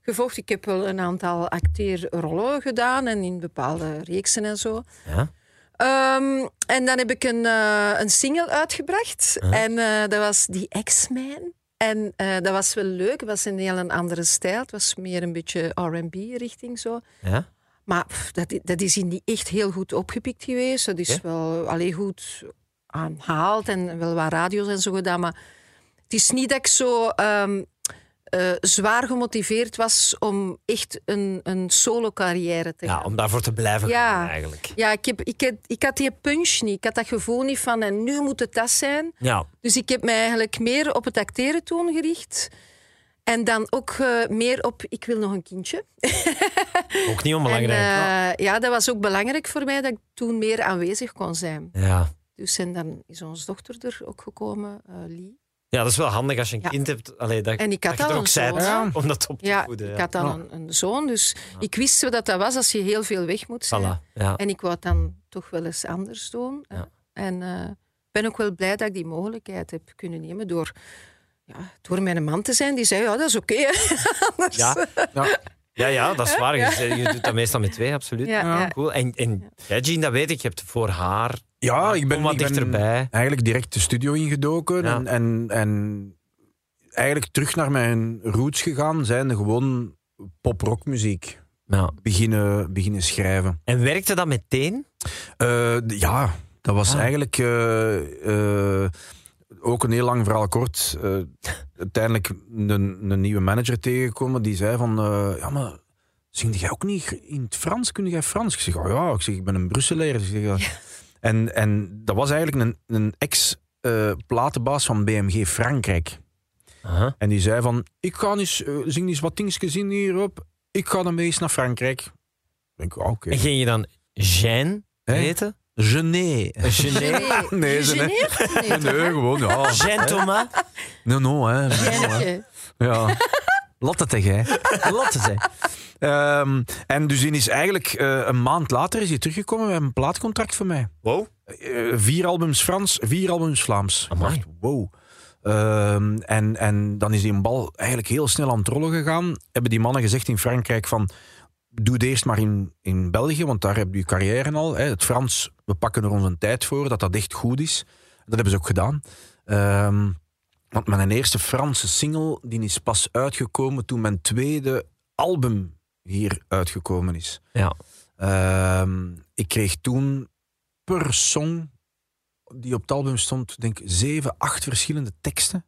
gevolgd. Ik heb wel een aantal acteerrollen gedaan en in bepaalde reeksen en zo. Ja. Ehm, en dan heb ik een, eh, een single uitgebracht en eh, dat was die X-Men. En eh, dat was wel leuk, het was een heel een andere stijl. Het was meer een beetje R&B-richting zo. Ja? Maar pff, dat, i- dat is hier niet echt heel goed opgepikt geweest. Dat is Ja? wel alleen goed aanhaald en wel wat radio's en zo gedaan. Maar het is niet dat ik zo ehm, eh, zwaar gemotiveerd was om echt een, een solo-carrière te ja, gaan. om daarvoor te blijven Ja. gaan eigenlijk. Ja, ik, heb, ik, had, ik had die punch niet. Ik had dat gevoel niet van, en nu moet het dat zijn. Ja. Dus ik heb mij eigenlijk meer op het acteren toen gericht. En dan ook eh, meer op, ik wil nog een kindje. Ook niet En, onbelangrijk. eh, ja, dat was ook belangrijk voor mij dat ik toen meer aanwezig kon zijn. ja. Dus en dan is onze dochter er ook gekomen, eh, Lee. ja, dat is wel handig als je een Ja. kind hebt. Allee, dat, En ik dat had je al er een ook zijt zoon. om dat op te Ja, voeden. ik ja. had dan een, een zoon, dus ik wist wat dat was als je heel veel weg moet zijn. Voilà. Ja. En ik wou het dan toch wel eens anders doen. hè. Ja. En eh, ik ben ook wel blij dat ik die mogelijkheid heb kunnen nemen door, ja, door mijn man te zijn. Die zei, ja, dat is oké. hè. Anders- Ja. Ja. Ja, ja, dat is waar. Je, je doet dat meestal met twee, absoluut. Ah, Ja, ja. Cool. En, en jij, Jean, dat weet ik. Je hebt voor haar... Ja, Oh, ik ben, Ah, Kom wat ik ben dichterbij. eigenlijk direct de studio ingedoken Ja. en, en, en eigenlijk terug naar mijn roots gegaan, zijnde gewoon pop-rockmuziek Ja. beginnen, beginnen schrijven. En werkte dat meteen? Eh, d- ja, dat was Ah. eigenlijk eh, eh, ook een heel lang verhaal kort. Eh, uiteindelijk een, een nieuwe manager tegengekomen die zei van... eh, ja, maar zing jij ook niet in het Frans? Kun jij Frans? Ik zeg, oh ja, ik, zeg, ik ben een Brusselaar. Ik zeg, ja. en, en dat was eigenlijk een, een ex-platenbaas van BMG Frankrijk. Aha. En die zei van, ik ga eens, eh, zing eens wat dingetjes in hierop. Ik ga dan mee eens naar Frankrijk. Ik denk, ah, oké. En ging je dan Jeanne Hè? heten? Gené. Jeanne. Nee, Nee, ze- gegeneerd? Nee, toch, Nee, hè? gewoon, ja. Jeanne Thomas? Nee, no, hè. Nee, no, hè. Jannetje. Ja. Latte tegen, hè. Latte tegen. Ehm, en dus die is eigenlijk eh, een maand later is hij teruggekomen met een plaatcontract van mij. Wow. Eh, vier albums Frans, vier albums Vlaams. Ik Amai. dacht, wow. Ehm, en, en dan is die een bal eigenlijk heel snel aan het rollen gegaan. Hebben die mannen gezegd in Frankrijk van... Doe het eerst maar in, in België, want daar heb je carrière al. Hè. Het Frans, we pakken er onze tijd voor, dat dat echt goed is. Dat hebben ze ook gedaan. Ehm, want mijn eerste Franse single die is pas uitgekomen toen mijn tweede album hier uitgekomen is. Ja. Ehm, ik kreeg toen per song die op het album stond, denk ik, zeven, acht verschillende teksten.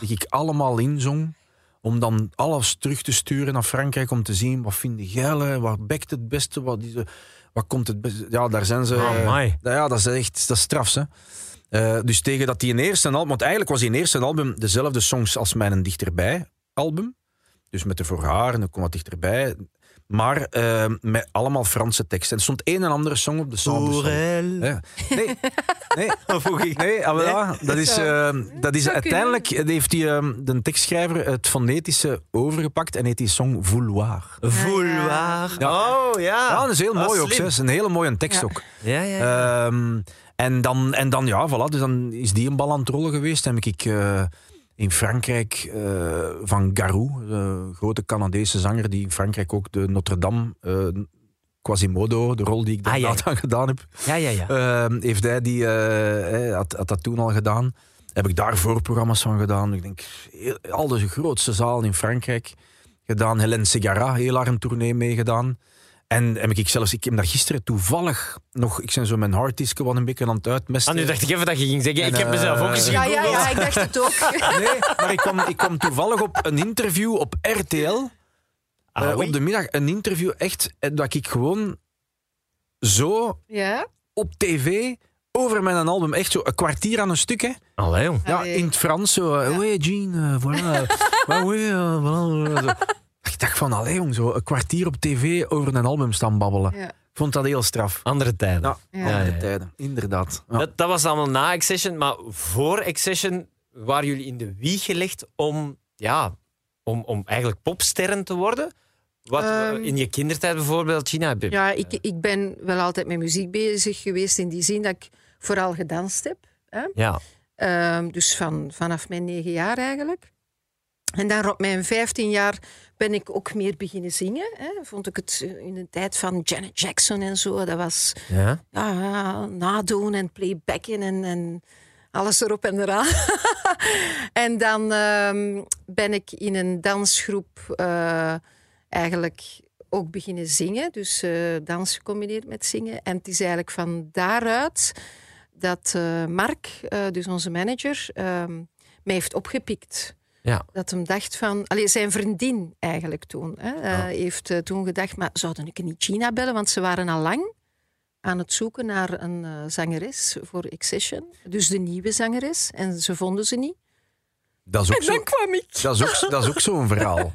Die ik allemaal inzong. Om dan alles terug te sturen naar Frankrijk om te zien wat vinden geilen, wat bekt het beste, wat, is, de- wat komt het beste. Ja, daar zijn ze. Oh, Ah, Amai. Nou ja, dat is echt dat is strafs. Hè? Eh, dus tegen dat die in eerste album, want eigenlijk was die in eerste album dezelfde songs als mijn Dichterbij album. Dus met de voor haar en dan kwam wat dichterbij. Maar eh, met allemaal Franse teksten. En er stond een en andere song op de sound. Sorel. Ja. Nee, nee, Of hoe ging- nee, ah, wel, ja. dat is, Zo. eh, dat is Zou uiteindelijk heeft die, eh, de tekstschrijver het fonetische overgepakt en heet die song Vouloir. Vouloir. Oh, ja. Eh. Ja, dus- dat is heel Ah, mooi ook. slim. hè. Dat is een hele mooie tekst Ja. ook. Ja, ja, ja. Ehm, en, dan, en dan, ja, voilà. Dus dan is die een bal aan het rollen geweest. Dan heb ik eh, in Frankrijk eh, van Garou, de grote Canadese zanger, die in Frankrijk ook de Notre-Dame, eh, Quasimodo, de rol die ik Ah, daar ja. aan gedaan heb, ja, ja, ja. Ehm, heeft hij die, eh, eh, had, had dat toen al gedaan. Heb ik daar voorprogramma's van gedaan. Ik denk, heel, al de grootste zalen in Frankrijk gedaan. Hélène Segara, heel haar een tournee meegedaan. En heb ik zelfs, ik heb daar gisteren toevallig nog, ik ben zo mijn harddisk wat een beetje aan het uitmesten. Ah, nu dacht ik even dat je ging zeggen, En, ik heb mezelf eh, ook eens Ja, ja, gegoogeld. ja, ik dacht het ook. Nee, maar ik kwam, ik kwam toevallig op een interview op RTL. Ah, eh, oui. op de middag, een interview echt, eh, dat ik gewoon zo Ja, op tv over mijn album, echt zo een kwartier aan een stuk, hè. Allee, jong. Ja, Allee. in het Frans zo. eh, Ja. Oui, Jean, eh, voilà. Maar oui, eh, voilà, voilà, zo. Ik dacht van, allee jong, zo een kwartier op tv over een album staan babbelen. ja. Ik vond dat heel straf. Andere tijden. Ja, Ja. andere Ja, ja. tijden, inderdaad. Ja. Dat, dat was allemaal na Accession, maar voor Accession waren jullie in de wieg gelegd om, ja, om, om eigenlijk popsterren te worden. Wat, Ehm. in je kindertijd bijvoorbeeld, China. heb je- ja ik, ik ben wel altijd met muziek bezig geweest in die zin dat ik vooral gedanst heb. ja. Ehm, dus van, vanaf mijn negen jaar eigenlijk. En daar op mijn vijftien jaar ben ik ook meer beginnen zingen. Hè. Vond ik het eh, in de tijd van Janet Jackson en zo. Dat was ja. ja, ja, eh, nadoen en playbacken en, en alles erop en eraan. en dan ehm, ben ik in een dansgroep eh, eigenlijk ook beginnen zingen. Dus eh, dans gecombineerd met zingen. En het is eigenlijk van daaruit dat eh, Mark, eh, dus onze manager, ehm, mij heeft opgepikt. Ja. Dat hem dacht van... Allee, zijn vriendin eigenlijk toen. Hè, eh, Heeft eh, toen gedacht, maar zouden ik niet China bellen? Want ze waren al lang aan het zoeken naar een eh, zangeres voor Accession. Dus de nieuwe zangeres. En ze vonden ze niet. Dus Dat is ook En zo. dan kwam ik. Dat is ook, dat is ook zo'n verhaal.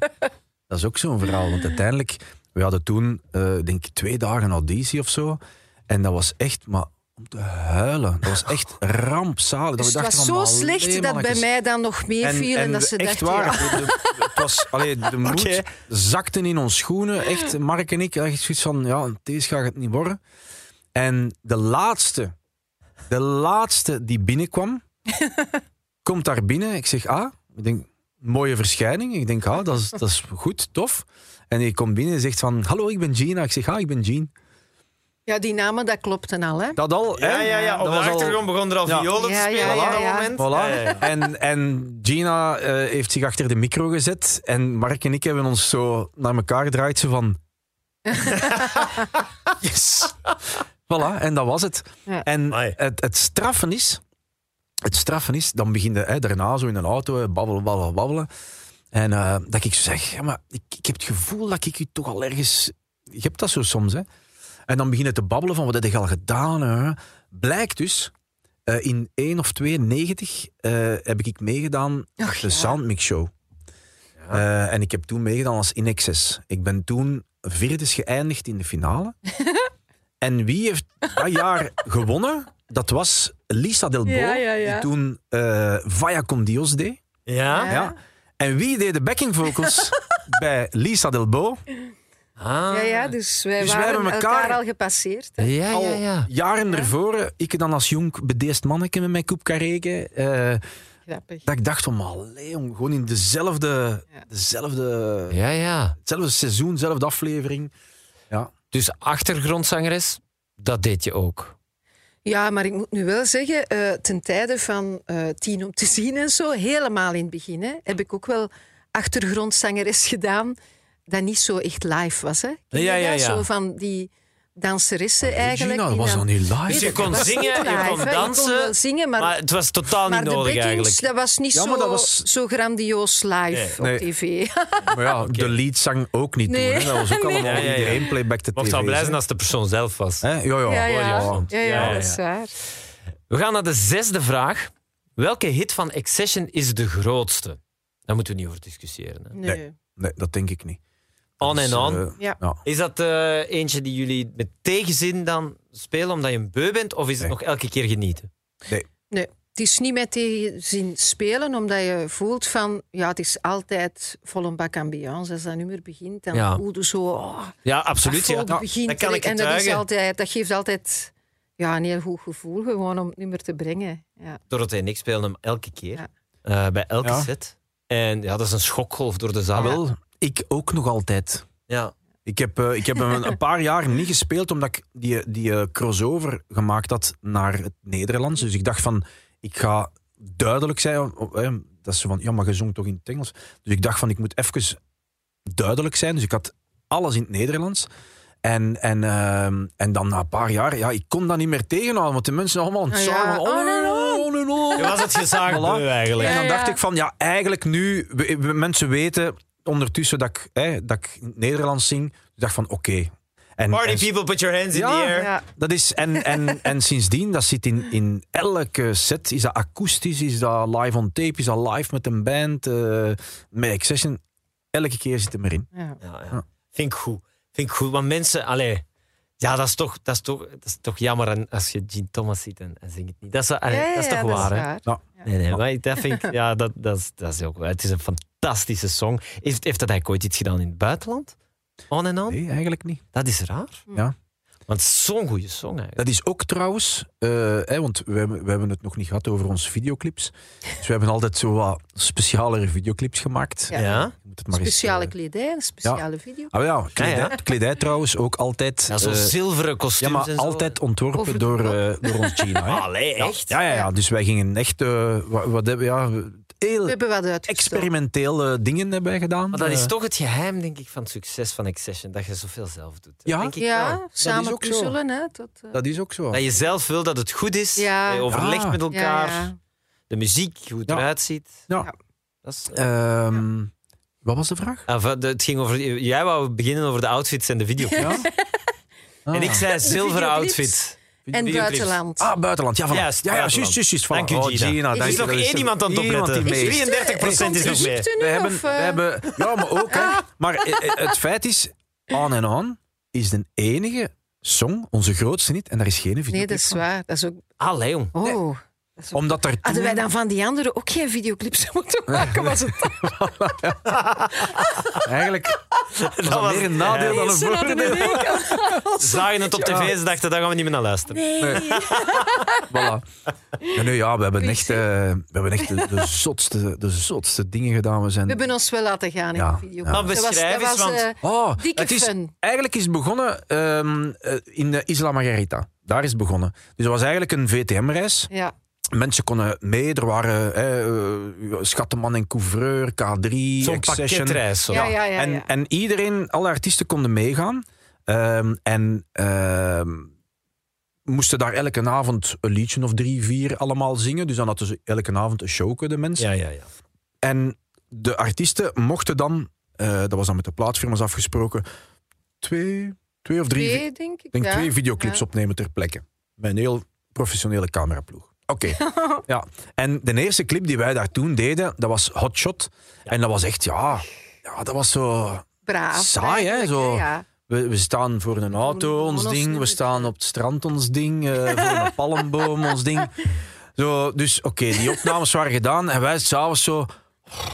Dat is ook zo'n verhaal. Want uiteindelijk, we hadden toen, eh, denk ik, twee dagen auditie of zo. En dat was echt, maar om te huilen. Dat was echt rampzalig. Oh. Dat Dus we het dachten was van, zo maar slecht allee, dat bij mannetjes. mij dan nog meer viel. En, dat ze echt dachten, waar. ja, De, de- het was, allee, de moed Oké. zakte in ons schoenen. Echt, Mark en ik, echt zoiets van, ja, deze gaat het niet worden. En de laatste, de laatste die binnenkwam, komt daar binnen. Ik zeg, ah, ik denk, mooie verschijning. Ik denk, ah, dat is, dat is goed, tof. En die komt binnen en zegt van, hallo, ik ben Gina. Ik zeg, ah, ik ben Jean. ja, die namen, dat klopte al. Hè. Dat al, Ja, hè? ja, Ehm, ja. Op Dat de was al- achtergrond begon er al Ja. violen te Ja, spelen ja, op dat ja, ja. moment. Voilà. Ja, ja, ja. En, en Gina eh, heeft zich achter de micro gezet. En Mark en ik hebben ons zo naar elkaar gedraaid. Zo van... yes! Voilà, en dat was het. Ja. En Amai. het, het straffen is... Het straffen is, dan begin je hè, daarna zo in een auto, hè, babbelen, babbelen, babbelen. En eh, dat ik zo zeg, ja, maar ik, ik heb het gevoel dat ik u toch al ergens... Je hebt dat zo soms, hè. En dan beginnen te babbelen van, wat heb je al gedaan? hè? Blijkt dus, eh, in 1 of 92 eh, heb ik meegedaan Ach, de ja. Soundmix Show. Eh, en ik heb toen meegedaan als In Excess. Ik ben toen vierdes geëindigd in de finale. en wie heeft dat jaar gewonnen? Dat was Lisa Del Bo, Ja, ja, ja. die toen eh Viacom Dios deed. Ja? Ja. Ja. En wie deed de backing vocals bij Lisa Del Bo? Ah. Ja, ja, dus wij Dus wij waren hebben elkaar- elkaar... al gepasseerd. hè. ja, al ja, ja. jaren ervoor, ik dan als jong bedeesd manneke met mijn koepkarreken. eh Grappig. Dat ik dacht van, maar allee, jong, gewoon in dezelfde, Ja. dezelfde, Ja, ja. hetzelfde seizoen, dezelfde aflevering. Dus achtergrondzangeres, dat deed je ook. Ja, maar ik moet nu wel zeggen, eh, ten tijde van eh, Tien om te zien en zo, helemaal in het begin, hè, heb ik ook wel achtergrondzangeres gedaan dat niet zo echt live was. Hè. Ken je Ja, ja, dat? ja. Zo van die danseressen eigenlijk. Gina, dat die was dan- dan niet live. Dus je Nee, kon dat was zingen, niet je kon hè. dansen, wel zingen, maar, Maar het was totaal maar niet de nodig backings, eigenlijk. dat was niet Ja, maar zo, dat was- zo grandioos live Nee. op tv. Maar ja, de lead zang ook niet Nee. doen. Hè. Dat was ook allemaal Ja, ja, ja. iedereen playback te Mocht tv. wel blij zijn als het de persoon zelf was. Hè? Ja, ja. ja, ja. ja. Ja, Ja, ja, ja, dat is ja. waar. We gaan naar de zesde vraag. Welke hit van Accession is de grootste? Daar moeten we niet over discussiëren. Hè? Nee. Nee, dat denk ik niet. On Dus, en on. eh, Ja. Is dat eh, eentje die jullie met tegenzin dan spelen omdat je een beu bent? Of is het Nee. nog elke keer genieten? Nee, het is niet met tegenzin spelen, omdat je voelt van... Ja, het is altijd vol een bak ambiance. Als dat nummer begint, dan Ja. voel je zo... Oh, Ja, absoluut. dat Ja. volk begint dat kan er- ik en dat, is getuigen. altijd, dat geeft altijd ja, een heel goed gevoel gewoon om het nummer te brengen. Ja. Dorothee en ik spelen hem elke keer. Ja. eh, bij elke Ja. set. En ja, dat is een schokgolf door de zaal. Wel, ik ook nog altijd. Ja. Ik heb, eh, ik heb hem een paar jaar niet gespeeld, omdat ik die, die eh, crossover gemaakt had naar het Nederlands. Dus ik dacht van, ik ga duidelijk zijn. oh, oh, eh, Dat is zo van, ja, maar je zong toch in het Engels? Dus ik dacht van, ik moet even duidelijk zijn. Dus ik had alles in het Nederlands. En, en, ehm, en dan na een paar jaar, ja, ik kon dat niet meer tegenhouden. Want de mensen allemaal aan het Ah, zingen ja. van, oh, nee, oh, nee, oh, Je was het gezaagd Voilà. beu eigenlijk. en Ja, dan ja. dacht ik van, ja, eigenlijk nu... we- we- mensen weten ondertussen dat ik, hè, dat ik Nederlands zing. Ik dacht van, oké. En, Party en- people, put your hands in Ja. the air. Ja. dat is, en, en, en sindsdien, dat zit in, in elke set. Is dat akoestisch, is dat live on tape, is dat live met een band, eh met Accession. Elke keer zit hem erin. Ja. Ja, ja. Ja. Vind ik goed. Vind ik goed. Want mensen, allee, ja, dat is toch, dat is toch, dat is toch jammer en als je Gene Thomas ziet en, en zingt het niet. Dat is, allee, Ja, ja, dat is ja, toch waar, hè? Nee, nee, Ja. maar ik- dat vind ik, ja, dat, dat, is, dat is ook wel. Het is een fantastische song. Heeft, heeft dat eigenlijk ooit iets gedaan in het buitenland? On en on? Nee, eigenlijk niet. Dat is raar. Hm. Ja. Want zo'n goede song eigenlijk. Dat is ook trouwens, eh, hè, want we hebben, we hebben het nog niet gehad over onze videoclips. Dus we hebben altijd zo wat specialere videoclips gemaakt. Ja. ja. Je moet het maar eens, Speciale eh, kledij, een speciale video. Ah ja, kledij, Ah, ja. kledij trouwens ook altijd. Ja, zo'n eh, zilveren ja, kostuums maar en zo. altijd ontworpen Over- door, eh, door ons Gina. Hè? Allee, echt? Ja, ja, ja, dus wij gingen echt. eh, wat, wat hebben ja, We heel hebben wat uitgesteld. experimenteel eh, dingen hebben wij gedaan. Maar dat Eh, is toch het geheim, denk ik, van het succes van Accession. Dat je zoveel zelf doet. Ja. denk ik wel. Ja, is samen ook zo. puzzelen. Hè, tot, eh, dat is ook zo. Dat je zelf wil dat het goed is. Ja. Dat je overlegt Ja. met elkaar. Ja, ja. De muziek, hoe het Ja. eruit ziet. Ja. Ja. Dat is, eh, Ehm, Wat was de vraag? Ah, van- de- het ging over, jij wou beginnen over de outfits en de videoclip. Ja? Ah. En ik zei zilveren videoclips. outfit. En videoclips. buitenland. Ah, buitenland. Ja, voilà. Juist, ja, ja, buitenland. juist, juist, juist. Voilà. Dank u, Oh, Gina. Er dank is je. nog Er één iemand aan het één iemand opletten. die meest- 33 procent is nog Eh, Komt mee. Egypte We nu, hebben, of, we eh, Ah. hebben, ja, maar ook. Hè. Maar eh, eh, het feit is, On and On is de enige song, onze grootste niet, en daar is geen videoclip Nee, dat is van. waar. Dat is ook... Allee, jong. Oh. dat is ook- Omdat er Hadden wij dan van die anderen ook geen videoclips moeten maken? Was het eigenlijk Dat was meer een nadeel dan een Ze hadden voordeel. een enkel- Ze zagen het op Ja. tv, ze dachten, daar gaan we niet meer naar luisteren. Nee. Voilà. En nu ja, we hebben echt, eh, we hebben echt de, de zotste, de zotste dingen gedaan. We zijn... We hebben ons wel laten gaan in Ja, de video. ja. Dat Maar was- beschrijf dat eens, was, want- eh, Oh, Dikke het is, fun. Eigenlijk is het begonnen ehm, eh, in eh, Isla Margarita. Daar is het begonnen. Dus het was eigenlijk een VTM-reis. Ja. Mensen konden mee. Er waren hè, eh, Schatteman en Couvreur, K3, Zo'n Accession. pakketreis. Zo. Ja, ja, ja, en, ja. en iedereen, alle artiesten konden meegaan. Ehm, en ehm, moesten daar elke avond een liedje of drie, vier allemaal zingen. Dus dan hadden ze elke avond een show, de mensen. Ja, ja, ja. En de artiesten mochten dan, eh, dat was dan met de plaatsfirma's afgesproken, twee, twee of drie, vi- Twee, denk ik. ik denk ja. twee videoclips Ja. opnemen ter plekke. Met een heel professionele cameraploeg. Oké. ja. En de eerste clip die wij daar toen deden, dat was Hot Shot. En dat was echt, ja, ja dat was zo... Braaf. Saai, hè, eigenlijk, zo. Ja. We, we staan voor een auto, Voor een ons balans ding. We nummer. staan op het strand, ons ding. eh, voor een palmboom, ons ding. Zo, dus oké, die opnames waren gedaan. En wij s'avonds zo... oh,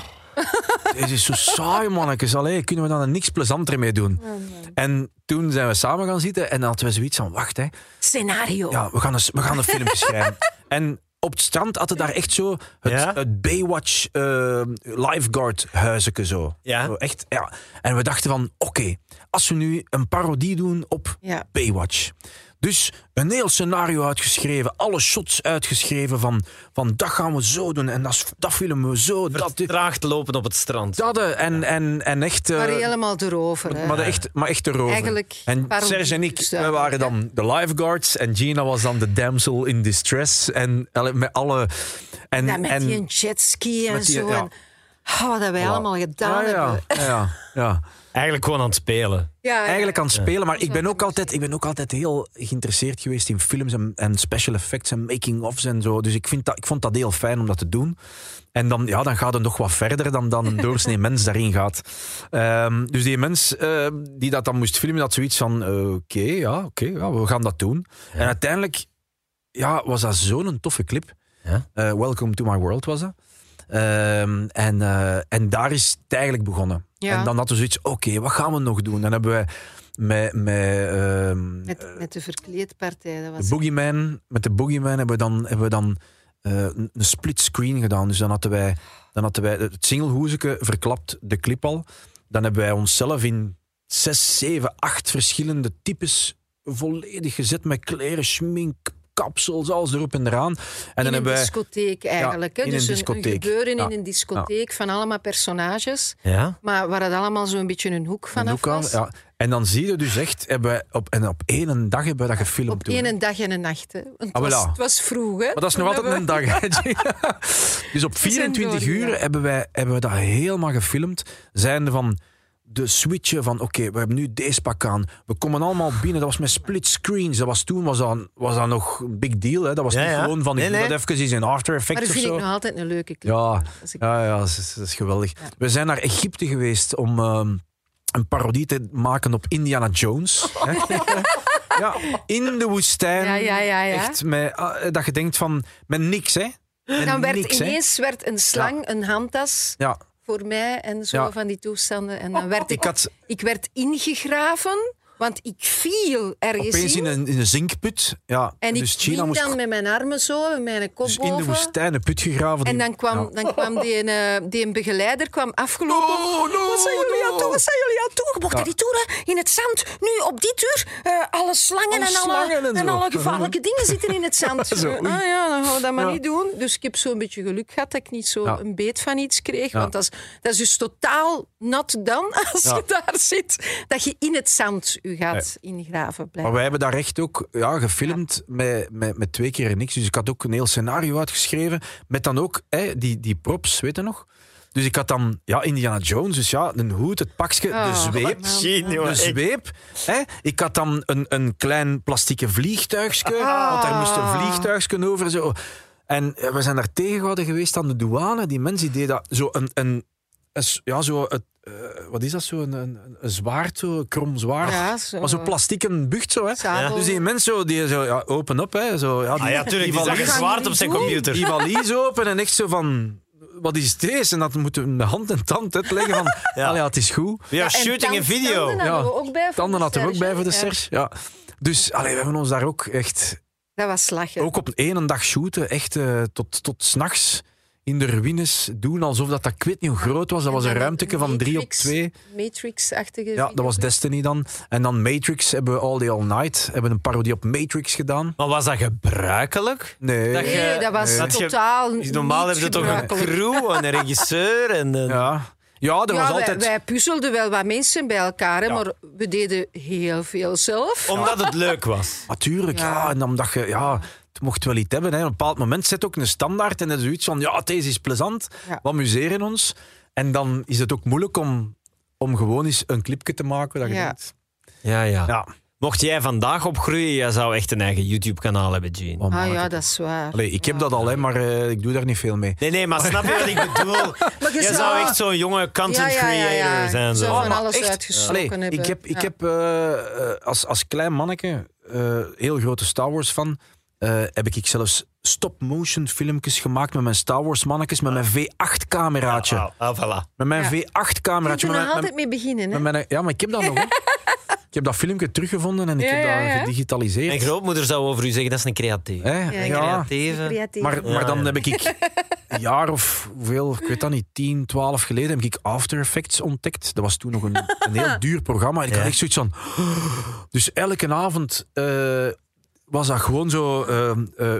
Dit is zo saai, mannetjes. Allee, kunnen we dan er niks plezanter mee doen? Oh, En toen zijn we samen gaan zitten en dan hadden we zoiets van... Wacht, hè. Scenario. Ja, we gaan een, we gaan een filmpje schrijven. En op het strand hadden daar echt zo het, Ja? het Baywatch eh, lifeguard huizenke zo. Ja. Zo Echt, ja. En we dachten van, oké, als we nu een parodie doen op Ja. Baywatch. Dus een heel scenario uitgeschreven, alle shots uitgeschreven van, van dat gaan we zo doen en dat, is- dat filmen we zo. Dat, dit, Vertraagd lopen op het strand. dat eh, en, en, en echt... eh, Maar helemaal erover. Hè. maar, de echt, maar echt erover. Eh, Eigenlijk en parodie Serge en ik, dus wij eigenlijk, waren dan de lifeguards. En Gina was dan de damsel in distress. En alle- met alle... En, Ja, met en, die jetski en met die- zo. ja. en- Oh, Ah, wat hebben wij allemaal gedaan ja, Ah, ja, hebben. ja, ja, ja. Eigenlijk gewoon aan het spelen. Ja, ja. Eigenlijk aan het spelen, maar ik ben, wel ook altijd, ik ben ook altijd heel geïnteresseerd geweest in films en, en special effects en making-ofs en zo. Dus ik, vind dat, ik vond dat heel fijn om dat te doen. En dan, ja, dan gaat het nog wat verder dan, dan een doorsnee mens daarin gaat. Ehm, dus die mens eh, die dat dan moest filmen, had zoiets van: eh, oké, ja, oké, ja, we gaan dat doen. En uiteindelijk ja, was dat zo'n toffe clip. Ja. Eh, Welcome to my world was dat. Ehm, en, eh, en daar is het eigenlijk begonnen. Ja. En dan hadden we zoiets, oké, wat gaan we nog doen? Dan hebben we met, met, ehm, Met, met de verkleedpartij, dat de was... Boogeyman, met de Boogeyman hebben we dan, hebben we dan eh, een een split screen gedaan. Dus dan hadden wij, dan hadden wij het singlehoezeke verklapt, de clip al. Dan hebben wij onszelf in zes, zeven, acht verschillende types volledig gezet met kleren, schmink, kapsels, alles erop en eraan. En in dan een hebben wij... discotheek eigenlijk. hè. in een dus een, discotheek. gebeuren Ja. in een discotheek van allemaal personages. Ja? Maar waar het allemaal zo'n beetje een hoek een vanaf hoek aan, was. ja. En dan zie je dus echt, hebben wij op, en op één dag hebben we dat gefilmd. Op toen. één dag en een nacht. Hè. Want het, Ah, was, voilà. het was vroeg. Hè. Maar dat is nog Toen altijd een hebben dag. hè, Jay? dus op zijn 24 doorgegaan. uur hebben, wij, hebben we dat helemaal gefilmd. Zijnde van de switchen van oké, we hebben nu deze pak aan. We komen allemaal binnen. Dat was met split screens. Dat was toen was dat, was dat nog een big deal. Hè? Dat was Ja, niet ja. gewoon van ik Nee, doe nee. dat even eens in After Maar Effects dat of vind zo. ik nou- nog altijd een leuke clip. Ja, Als ik- ja, ja dat, is, dat is geweldig. We zijn naar Egypte geweest om ehm, een parodie te maken op Indiana Jones. hè. ja, in de woestijn. Ja, ja, ja, ja. Echt met, ah, dat je denkt van, met niks, hè. Met Dan werd niks, hè. ineens werd een slang een handtas Ja, voor mij en zo Ja. Oh, van die toestanden. En dan werd ik, ik had ik werd ingegraven, want ik viel ergens opeens in in. een, in een zinkput. Ja, En ik dus China ging moest dan met mijn armen zo en mijn kop dus in de boven. woestijn Nou. een put gegraven. En die- dan kwam, Ja. dan kwam die, eh, die begeleider kwam afgelopen. No, Oh, no, wat zijn jullie aan het doen? no. Wat zijn jullie aan het doen? Je mocht Ja. niet doen, hè? in het zand. Nu, op dit uur, eh, alle slangen, Alle en, slangen alle, en en zo. alle gevaarlijke dingen zitten in het zand. Zo, oei. ah ja, dan gaan we dat maar Ja. niet doen. Dus ik heb zo'n beetje geluk gehad dat ik niet zo Ja. een beet van iets kreeg. Ja. Want dat is, dat is dus totaal nat dan, als Ja. je daar zit, dat je in het zand je gaat ingraven. Maar Blijven. wij hebben daar echt ook ja, gefilmd Met, met, met twee keer niks. Dus ik had ook een heel scenario uitgeschreven. Met dan ook hè, die, die props, weet je nog? Dus ik had dan ja, Indiana Jones, dus ja, een hoed, het pakje, de Oh, zweep. man. De zweep. Hè? Ik had dan een, een klein plastieke vliegtuigje. Ah. Want daar moest een vliegtuigje over. Zo. En eh, we zijn daar tegengehouden geweest aan de douane. Die mensen die deden dat. Zo een, een, een s- ja, zo het, eh, wat is dat? Zo een, een, een zwaard, zo, een krom zwaard. Ja, zo. Maar zo'n plastieken bucht zo. Hè? Sabel. Dus die mensen zo, die zo, ja, open op. Hè? Zo, ja, die, Ah ja, tuurlijk. Die zag die een valies- gaan zwaard die op zijn doen? computer. die valies open en echt zo van... Wat is deze? En dat moeten we hand en tand uitleggen van... Ja. Ja, ja het is goed. We are en shooting a tanden- video. Tanden hadden Ja. we ook bij voor Tanden de had er ook bij voor de Serge. Serge. Ja. Dus allee, we hebben ons daar ook echt... Ja, Dat was lachen. Ook op één dag shooten, echt eh, tot, tot s'nachts in de ruïnes doen alsof dat, dat ik weet niet hoe groot was. Dat was een En dan ruimteke van drie op Matrix- twee. Matrix-achtige. Ja, dat was videoclip. Destiny dan. En dan Matrix hebben we All Day All Night. Hebben een parodie op Matrix gedaan. Maar was dat gebruikelijk? Nee. Dat je- Nee, dat was Nee. Dat je- totaal. Dus Normaal niet hebben ze toch een gebruikelijk. crew, en een regisseur en een... Ja, ja dat was Ja, wij, altijd... wij puzzelden wel wat mensen bij elkaar, hè, maar we deden heel veel zelf. Ah, Omdat het leuk was. Natuurlijk, ja. Ja. En omdat je... Ja, het mocht wel iets hebben. Hè. Op een bepaald moment zet ook een standaard en dan is zoiets van... Ja, deze is plezant. Ja. We amuseren ons. En dan is het ook moeilijk om, om gewoon eens een clipje te maken. Dat je Ja. denkt... Ja, ja. Ja, Mocht jij vandaag opgroeien, jij zou echt een eigen YouTube-kanaal hebben, Gene. wat Ah maak ja, ik? dat is waar. Allee, ik heb Ja. dat al, hè, maar eh, ik doe daar niet veel mee. Nee, nee, maar snap je wat ik bedoel? Maar je Jij zou echt zo'n jonge content Ja, ja, ja, ja. creator zijn. Zo Zo. van alles uitgestoken Allee, hebben. Ik heb, ik Ja. heb eh, eh, als, als klein manneke, eh, heel grote Star Wars fan, eh, heb ik zelfs stop-motion filmpjes gemaakt met mijn Star Wars mannetjes, met mijn V8-cameraatje. Ah, ah, voilà. Met mijn Ja. Je moet V8-cameraatje. er Met nog mijn, altijd mee beginnen. Hè? met mijn- ja, maar ik heb dat nog. hè. ik heb dat filmpje teruggevonden en ik Ja, heb ja, dat ja. gedigitaliseerd. Mijn grootmoeder zou over u zeggen, dat is een creatief. Hè? Ja, Ja, ik Creatieve. Creatief. Maar, maar Ja, dan ja. heb ik een jaar of hoeveel, ik weet dat niet, 10, 12 geleden, heb ik After Effects ontdekt. Dat was toen nog een, een heel duur programma. En ik Ja. had echt zoiets van. Dus elke avond eh, was dat gewoon zo ehm eh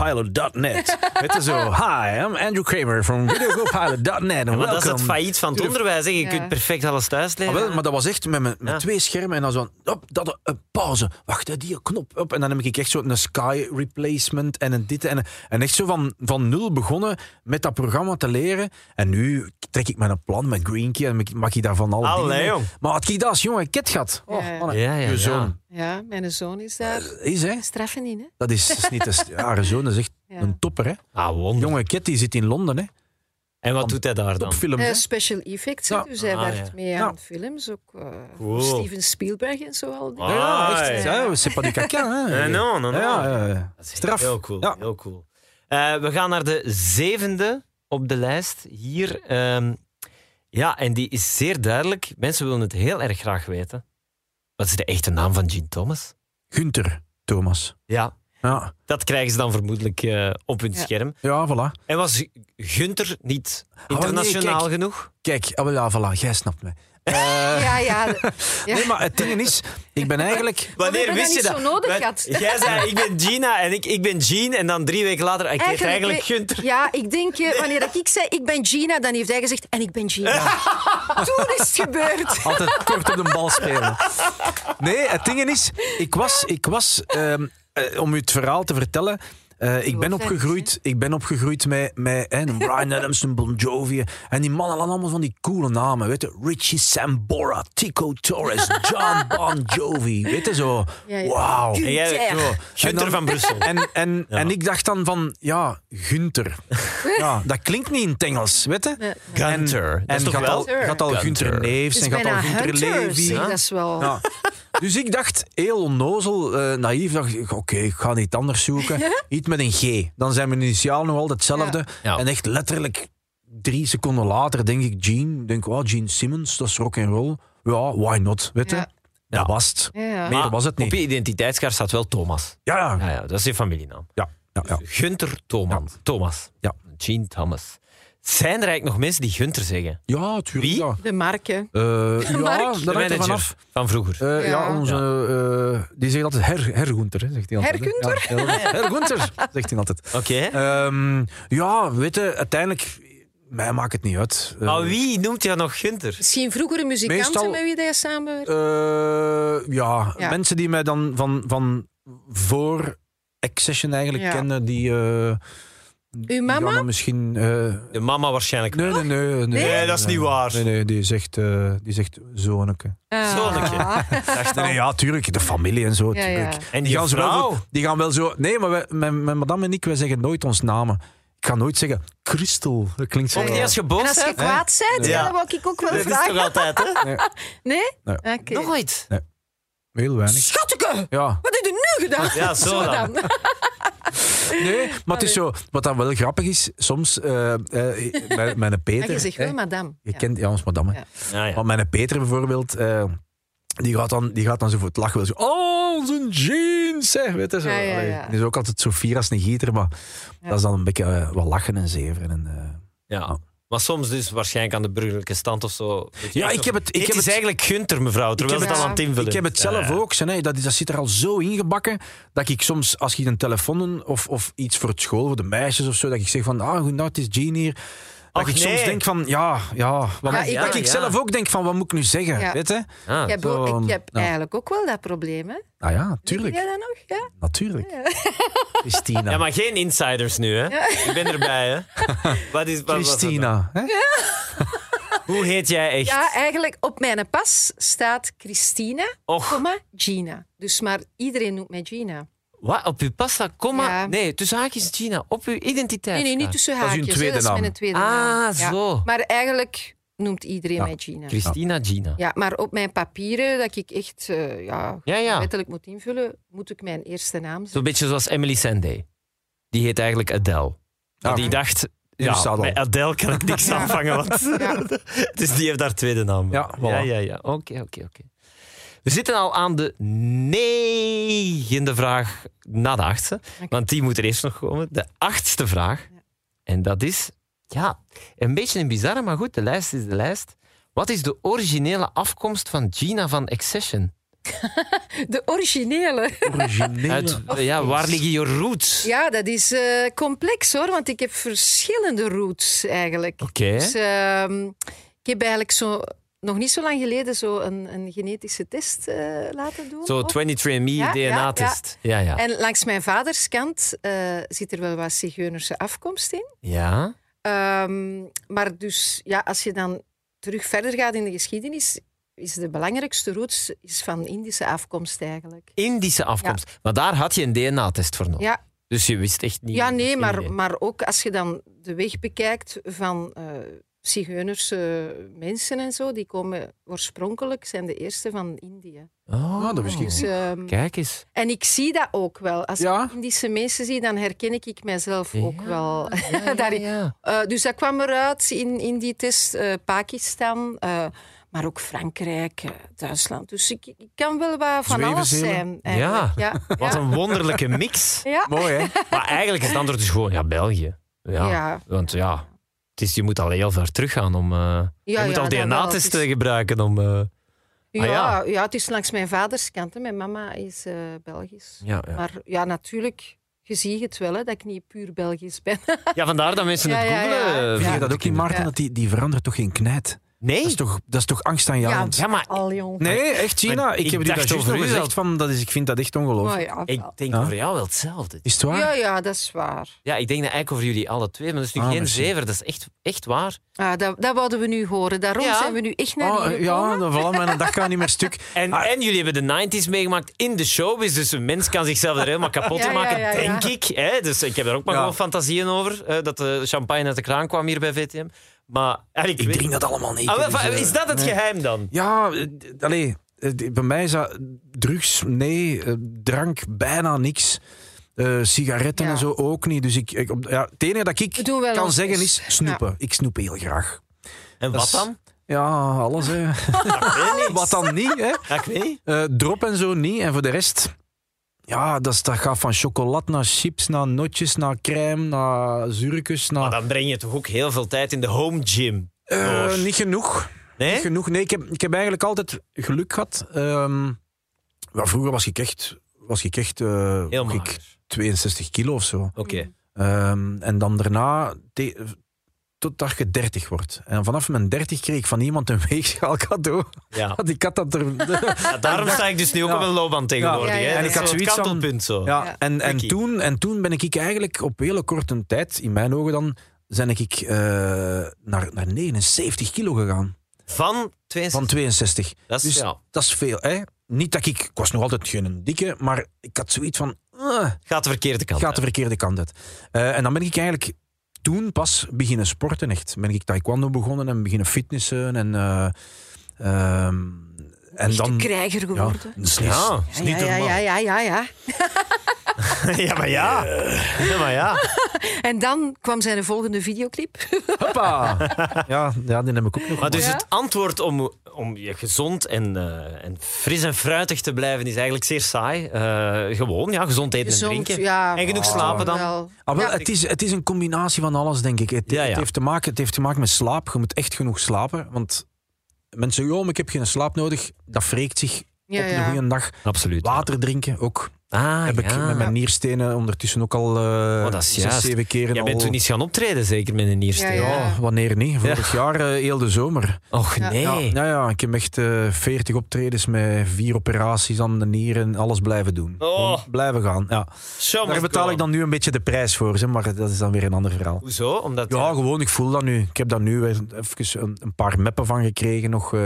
videocopilot.net. Het is zo, hi, I'm Andrew Kramer from videocopilot.net. en Maar dat is het welkom." failliet van het onderwijs. Hè. Je Ja. kunt perfect alles thuis Ah, leren. wel, maar dat was echt met, mijn- met Ja. twee schermen en dan zo, hop, dat, eh, pauze, wacht, hè, die knop, op. En dan heb ik echt zo een sky replacement en een dit en, een- en echt zo van, van nul begonnen met dat programma te leren. En nu trek ik mijn plan met Green Key en mag ik daarvan alle Allee, dingen. jong. Maar had ik dat als jongen ket gehad? Oh, Ja, ja. Anne, Ja, ja, je ja. zoon. Ja, mijn zoon is daar. Is, hè? Straffen in, hè? Dat is, is niet de st- ja, haar zoon, dat is echt Ja. een topper, hè? Ah, wonder. Jonge Ket, die zit in Londen, hè? En wat doet hij daar dan? Topfilms, Eh, hè? special effects, hè, Ja. dus hij Ah, werkt ja. mee Ja. aan films. Ook eh, Cool. Steven Spielberg en zo al. die- Ah, Ja, echt. ja. Ja, c'est pas du caca, hè? Eh, non, non, non. Ja, ja, ja. Dat is Straf. Heel cool. Ja. Heel cool. Eh, we gaan naar de zevende op de lijst hier. Ehm, ja, en die is zeer duidelijk. Mensen willen het heel erg graag weten. Wat is de echte naam van Gene Thomas? Gunther Thomas. Ja. Ja, Dat krijgen ze dan vermoedelijk eh, op hun Ja. scherm. ja voilà. En was Gunther niet Oh, nee, internationaal kijk. genoeg? Kijk, ah, wel, ja, voilà, jij snapt me. Ja, ja. Ja. Nee, maar het ding is, ik ben eigenlijk... hebben dat niet zo nodig Wij- gehad. Jij zei, ik ben Gina en ik, ik ben Gene. En dan drie weken later, ik heet eigenlijk we- Gunther. Ja, ik denk, eh, wanneer dat ik zei, ik ben Gina, dan heeft hij gezegd, en ik ben Gina. Toen is het gebeurd. Altijd kort op de bal spelen. Nee, het ding is, ik was, ik was ehm, eh, om u het verhaal te vertellen. eh, ik, ben Wat opgegroeid, ik ben opgegroeid met, met hè, een Brian Adams, een Bon Jovi. En die mannen hadden allemaal van die coole namen. Weet je, Richie Sambora, Tico Torres, John Bon Jovi. Weet je zo? Ja, ja. Wauw. En jij, Gunther. zo, En Gunther dan- van Brussel. En, en, en ik dacht dan van, ja, Gunther. Ja, dat klinkt niet in het Engels, weet je? Nee, Gunther. Dat En, is en toch gaat al, Gunther? gaat al Gunther. Gunther Neefs Het en is gaat al Dus bijna Gunther Hunters. Levy. zeg, Dat is wel... Ja. Dus ik dacht, heel onnozel, eh, naïef, dacht ik, oké, ik ga niet anders zoeken. Iets met een G. Dan zijn mijn initialen nog altijd hetzelfde. Ja. En echt letterlijk drie seconden later denk ik, Gene. Ik Denk, oh, Gene Simmons, dat is rock and roll. Ja, why not, weet je? Ja. Ja. Dat was het. Ja, ja. Meer was het Op niet. je identiteitskaart staat wel Thomas. Ah Ja, ja. Ja, ja, dat is je familienaam. ja, ja, ja. Gunter Thomas. Thomas. Ja. Gene Thomas. Zijn er eigenlijk nog mensen die Gunter zeggen? Ja, tuurlijk. Wie? Ja, De mark, hè. Eh, ja Mark? dat De hangt er manager vanaf. van vroeger. Eh, ja. Ja. onze. eh, die zegt altijd her, hergunter, hè, zegt hij altijd. hè. Hergunter? Ja, her- hergunter, zegt hij altijd. Oké. Ehm, ja, weet je, uiteindelijk, mij maakt het niet uit. Eh, Maar wie noemt jou nog Gunter? Misschien vroegere muzikanten Meestal- met wie hij samenwerkt. eh, ja, Ja. mensen die mij dan van, van voor Accession eigenlijk Ja. kennen, die. eh, die mama? gaan dan misschien. eh, De mama waarschijnlijk. nee, nee, nee, nee, Nee, dat is niet waar. Nee, nee, die zegt, eh die zegt zoneke. Ah. Zonnetje. Dacht Nee, nee, al. ja, tuurlijk, de familie en zo. Ja, tuurlijk. En ja. Die die gaan, ze wel vrouw? zo, die gaan wel zo. Nee, maar wij, mijn, mijn madame en ik, wij zeggen nooit ons namen. Ik ga nooit zeggen Christel. Dat klinkt zo. Of die als je boos En als je bent? kwaad bent, Ja. ja. dan wou ik ook wel Dat is vragen. toch altijd, hè? Nee? Nee. Oké. Nooit. Heel weinig. Schatteke, Ja, wat heb je nu gedaan? Ja, zo dan. nee, maar het is zo. Wat dan wel grappig is, soms. eh, eh, mijn, mijn En Peter. je zegt hè, wel, madame. je Ja. kent ja, ons madame. Ja. Ja, ja. Want mijn Peter bijvoorbeeld. eh, die gaat, dan, die gaat dan zo voor het lachen. wel Zo, oh, onze jeans. Hè, weet je, zo. Ja, ja, Allee, ja. Die is ook altijd zo fier als een gieter. Maar dat is dan een beetje eh, wat lachen en zeven. En, eh, ja. Maar soms dus waarschijnlijk aan de burgerlijke stand of zo. Ja, ik heb het- ik Dit heb is het- eigenlijk Gunter, mevrouw, terwijl ze heb het al aan het- het invullen Ik heb het is. zelf Ja, ja. ook. Ze, nee, dat, is- dat zit er al zo ingebakken dat ik soms, als ik een telefoon of, of iets voor het school, voor de meisjes of zo, dat ik zeg van, ah, goed, nou, het is Jean hier. Dat Ach, ik soms nee. denk van, ja, ja. Wat, Ja, ik- dat ik ja. zelf ook denk van, wat moet ik nu zeggen? Ja. Weet, hè? Ik Ah, heb, Zo, ook- ik heb ja. eigenlijk ook wel dat probleem, hè? Nou ja, Ken jij tuurlijk. dat nog? Ja? Natuurlijk. Christina. Ja, maar geen insiders nu, hè? Ik ben erbij, hè? Wat is, wat was dat dan? Christina. Hè? Hoe heet jij echt? ja, eigenlijk op mijn pas staat Christina, Och. comma, Gina. Dus maar iedereen noemt mij Gina. Wat? Op uw pasta, komma? Ja. Nee, tussen haakjes Gina. Op uw identiteit. Nee, nee, niet tussen Dat is haakjes. hun hè. tweede dat is naam. mijn tweede naam. Ah, Ja. zo. Maar eigenlijk noemt iedereen Ja. mij Gina. Christina Gina. Ja, maar op mijn papieren, dat ik echt eh, ja, Ja, ja. wettelijk moet invullen, moet ik mijn eerste naam zeggen. Zo'n beetje zoals Emily Sandé. Die heet eigenlijk Adele. Maar Ah. die dacht... Die bestaat Ja, al. bij Adele kan ik niks aanvangen. Want... dus die heeft haar tweede naam. Ja, voilà. ja, ja. ja. Oké, oké, oké. We zitten al aan de negende vraag na de achtste. Want die moet er eerst nog komen. De achtste vraag. En dat is... Ja, een beetje een bizarre, maar goed. De lijst is de lijst. Wat is de originele afkomst van Gina van Accession? De originele. Originele. Uit, ja, waar liggen je roots? Ja, dat is eh, complex hoor, want ik heb verschillende routes eigenlijk. Oké. Dus, ehm, ik heb eigenlijk zo, nog niet zo lang geleden zo een, een genetische test eh, laten doen. Zo ook. 23andMe Ja, ja, DNA-test. Ja, ja. En langs mijn vaders kant eh, zit er wel wat Zigeunerse afkomst in. Ja. Ehm, maar dus ja, als je dan terug verder gaat in de geschiedenis, is de belangrijkste route is van Indische afkomst eigenlijk. Indische afkomst. Maar daar had je een DNA-test voor nodig. Ja, Dus je wist echt niet. Ja, nee, geen idee. maar, maar ook als je dan de weg bekijkt van eh Zigeunerse mensen en zo, die komen oorspronkelijk, zijn de eerste van Indië. Oh, Ah, dat wist ik Dus, niet. ehm, Kijk eens. en ik zie dat ook wel. Als Ja? ik Indische mensen zie, dan herken ik, ik mijzelf ook Ja, wel. Ja, ja, daarin. ja. Eh, dus dat kwam eruit in, in die test eh, Pakistan, eh, maar ook Frankrijk, eh, Duitsland. Dus ik, ik kan wel wat van alles Zwevenzelen. zijn. eigenlijk. Ja. Wat een wonderlijke mix. Ja. Mooi, hè? Maar eigenlijk is het antwoord dus gewoon ja, België. Ja. Ja. Want ja, het is, je moet al heel ver teruggaan om. eh, Ja, je moet ja, al dat wel. DNA-testen Het is- gebruiken om. eh, Ja, Ah, ja. ja. het is langs mijn vaders kant. Hè. Mijn mama is eh, Belgisch. ja, ja. Maar ja, natuurlijk, je ziet het wel, hè, dat ik niet puur Belgisch ben. ja, vandaar dat mensen Ja, het ja, ja. googelen. eh, Vind Vind moeten je dat ook niet, kunnen. Maarten? Ja. Dat die, die verandert toch geen knijt? Nee. Dat is toch, dat is toch angstaanjagend? Ja, maar Al jong. Nee, echt China. Maar Ik, ik heb die dacht daar juist over nog u gezegd dat- van, dat is, ik vind dat echt ongelooflijk. Maar ja, ik wel. denk Ja. over jou wel hetzelfde. Is het waar? ja, ja, dat is waar. Ja, ik denk dat eigenlijk over jullie alle twee, maar dat is nu Ah, geen misschien. zever, dat is echt, echt waar. Ah, dat, dat wouden we nu horen. Daarom Ja. zijn we nu echt naar Oh, hier ja, gekomen. dan vallen mijn dag gaat niet meer stuk. En, en jullie hebben de 90s meegemaakt in de showbiz, dus een mens kan zichzelf er helemaal kapot Ja, ja, maken, ja, ja. denk ik. Hè? Dus ik heb daar ook maar Ja. gewoon fantasieën over, eh, dat de champagne uit de kraan kwam hier bij VTM. Maar eigenlijk... Ik weet- drink dat allemaal niet. Ah, wel, Dus, eh, is dat het nee. geheim dan? Ja, eh, d- allee, eh, d- bij mij is dat drugs, nee, eh, drank, bijna niks. Eh, sigaretten Ja. en zo ook niet. Dus ik, ik, op- ja, het enige dat ik We doen wel kan ons zeggen is best. snoepen. Ik snoep heel graag. En Dat wat is- dan? Ja, alles. Hè. Wat dan niet, hè? Ja, ik weet niet. Eh, drop en zo niet. En voor de rest, ja, dat, is- dat gaat van chocolat naar chips, naar notjes, naar crème, naar zuurkes, Maar Ah, naar... dan breng je toch ook heel veel tijd in de home gym. Eh, door. niet genoeg. Nee? Niet genoeg. Nee, ik heb, ik heb eigenlijk altijd geluk gehad. Ehm, wel, vroeger was ik echt, was ik echt eh, Heel was ik mager. 62 kilo of zo. Oké. Ehm, en dan daarna, te- totdat je 30 wordt. En vanaf mijn 30 kreeg ik van iemand een weegschaal cadeau. Ja. Want ik had dat er... Ja, daarom sta ik dus nu ook Ja. op een loopbaan tegenwoordig. Ja, ja, hè. ja, Dat ja. is En ik had zo'n zoiets van- kantelpunt zo. Ja, Ja. En, en, Tricky. toen, en toen ben ik eigenlijk op hele korte tijd, in mijn ogen dan, ben ik eh, naar, naar 79 kilo gegaan. Van 62. Van 62. dat is, Dus ja. dat is veel. Hè? Niet dat ik, ik was nog altijd geen dikke, maar ik had zoiets van, eh, Gaat de verkeerde kant gaat de uit. verkeerde kant uit. Eh, en dan ben ik eigenlijk toen pas beginnen sporten echt. Ben ik taekwondo begonnen en beginnen fitnessen en... eh, ehm, en Echte dan... krijger Ja, geworden. dat Ja. is niet ja, ja, ja, normaal. ja, ja, ja. ja, maar ja. Eh. ja, maar ja. En dan kwam zijn volgende videoclip. Hoppa! Ja, ja, die heb ik ook nog. Maar dus Ja. het antwoord om, om je gezond en, eh, en fris en fruitig te blijven is eigenlijk zeer saai. Eh, gewoon, ja, gezond eten en drinken. ja. En genoeg Oh, slapen dan. wel. Ah, wel, Ja. het, is, het is een combinatie van alles, denk ik. Het, Ja, ja. het heeft te maken, het heeft te maken met slaap. Je moet echt genoeg slapen. Want mensen zeggen, "Oh, maar ik heb geen slaap nodig. Dat wreekt zich Ja, op ja. een goede dag. Absoluut. Water drinken ook. Ah, heb ik ja. met mijn nierstenen ondertussen ook al eh Oh, dat is zes, juist. zeven keren. Jij bent al- toen niet gaan optreden, zeker met een niersteen. Ja, ja. Ja, wanneer niet? Vorig jaar eh, heel de zomer. Och Ja. nee. Ja, ja, ja, ik heb echt eh 40 optredens met vier operaties aan de nieren. Alles blijven doen. Oh. Gewoon Blijven gaan. Ja. Zo, Daar maar betaal ik dan nu een beetje de prijs voor, zeg, maar dat is dan weer een ander verhaal. Hoezo? Omdat Ja, gewoon, ik voel dat nu. Ik heb daar nu weer even een, een paar meppen van gekregen nog. eh,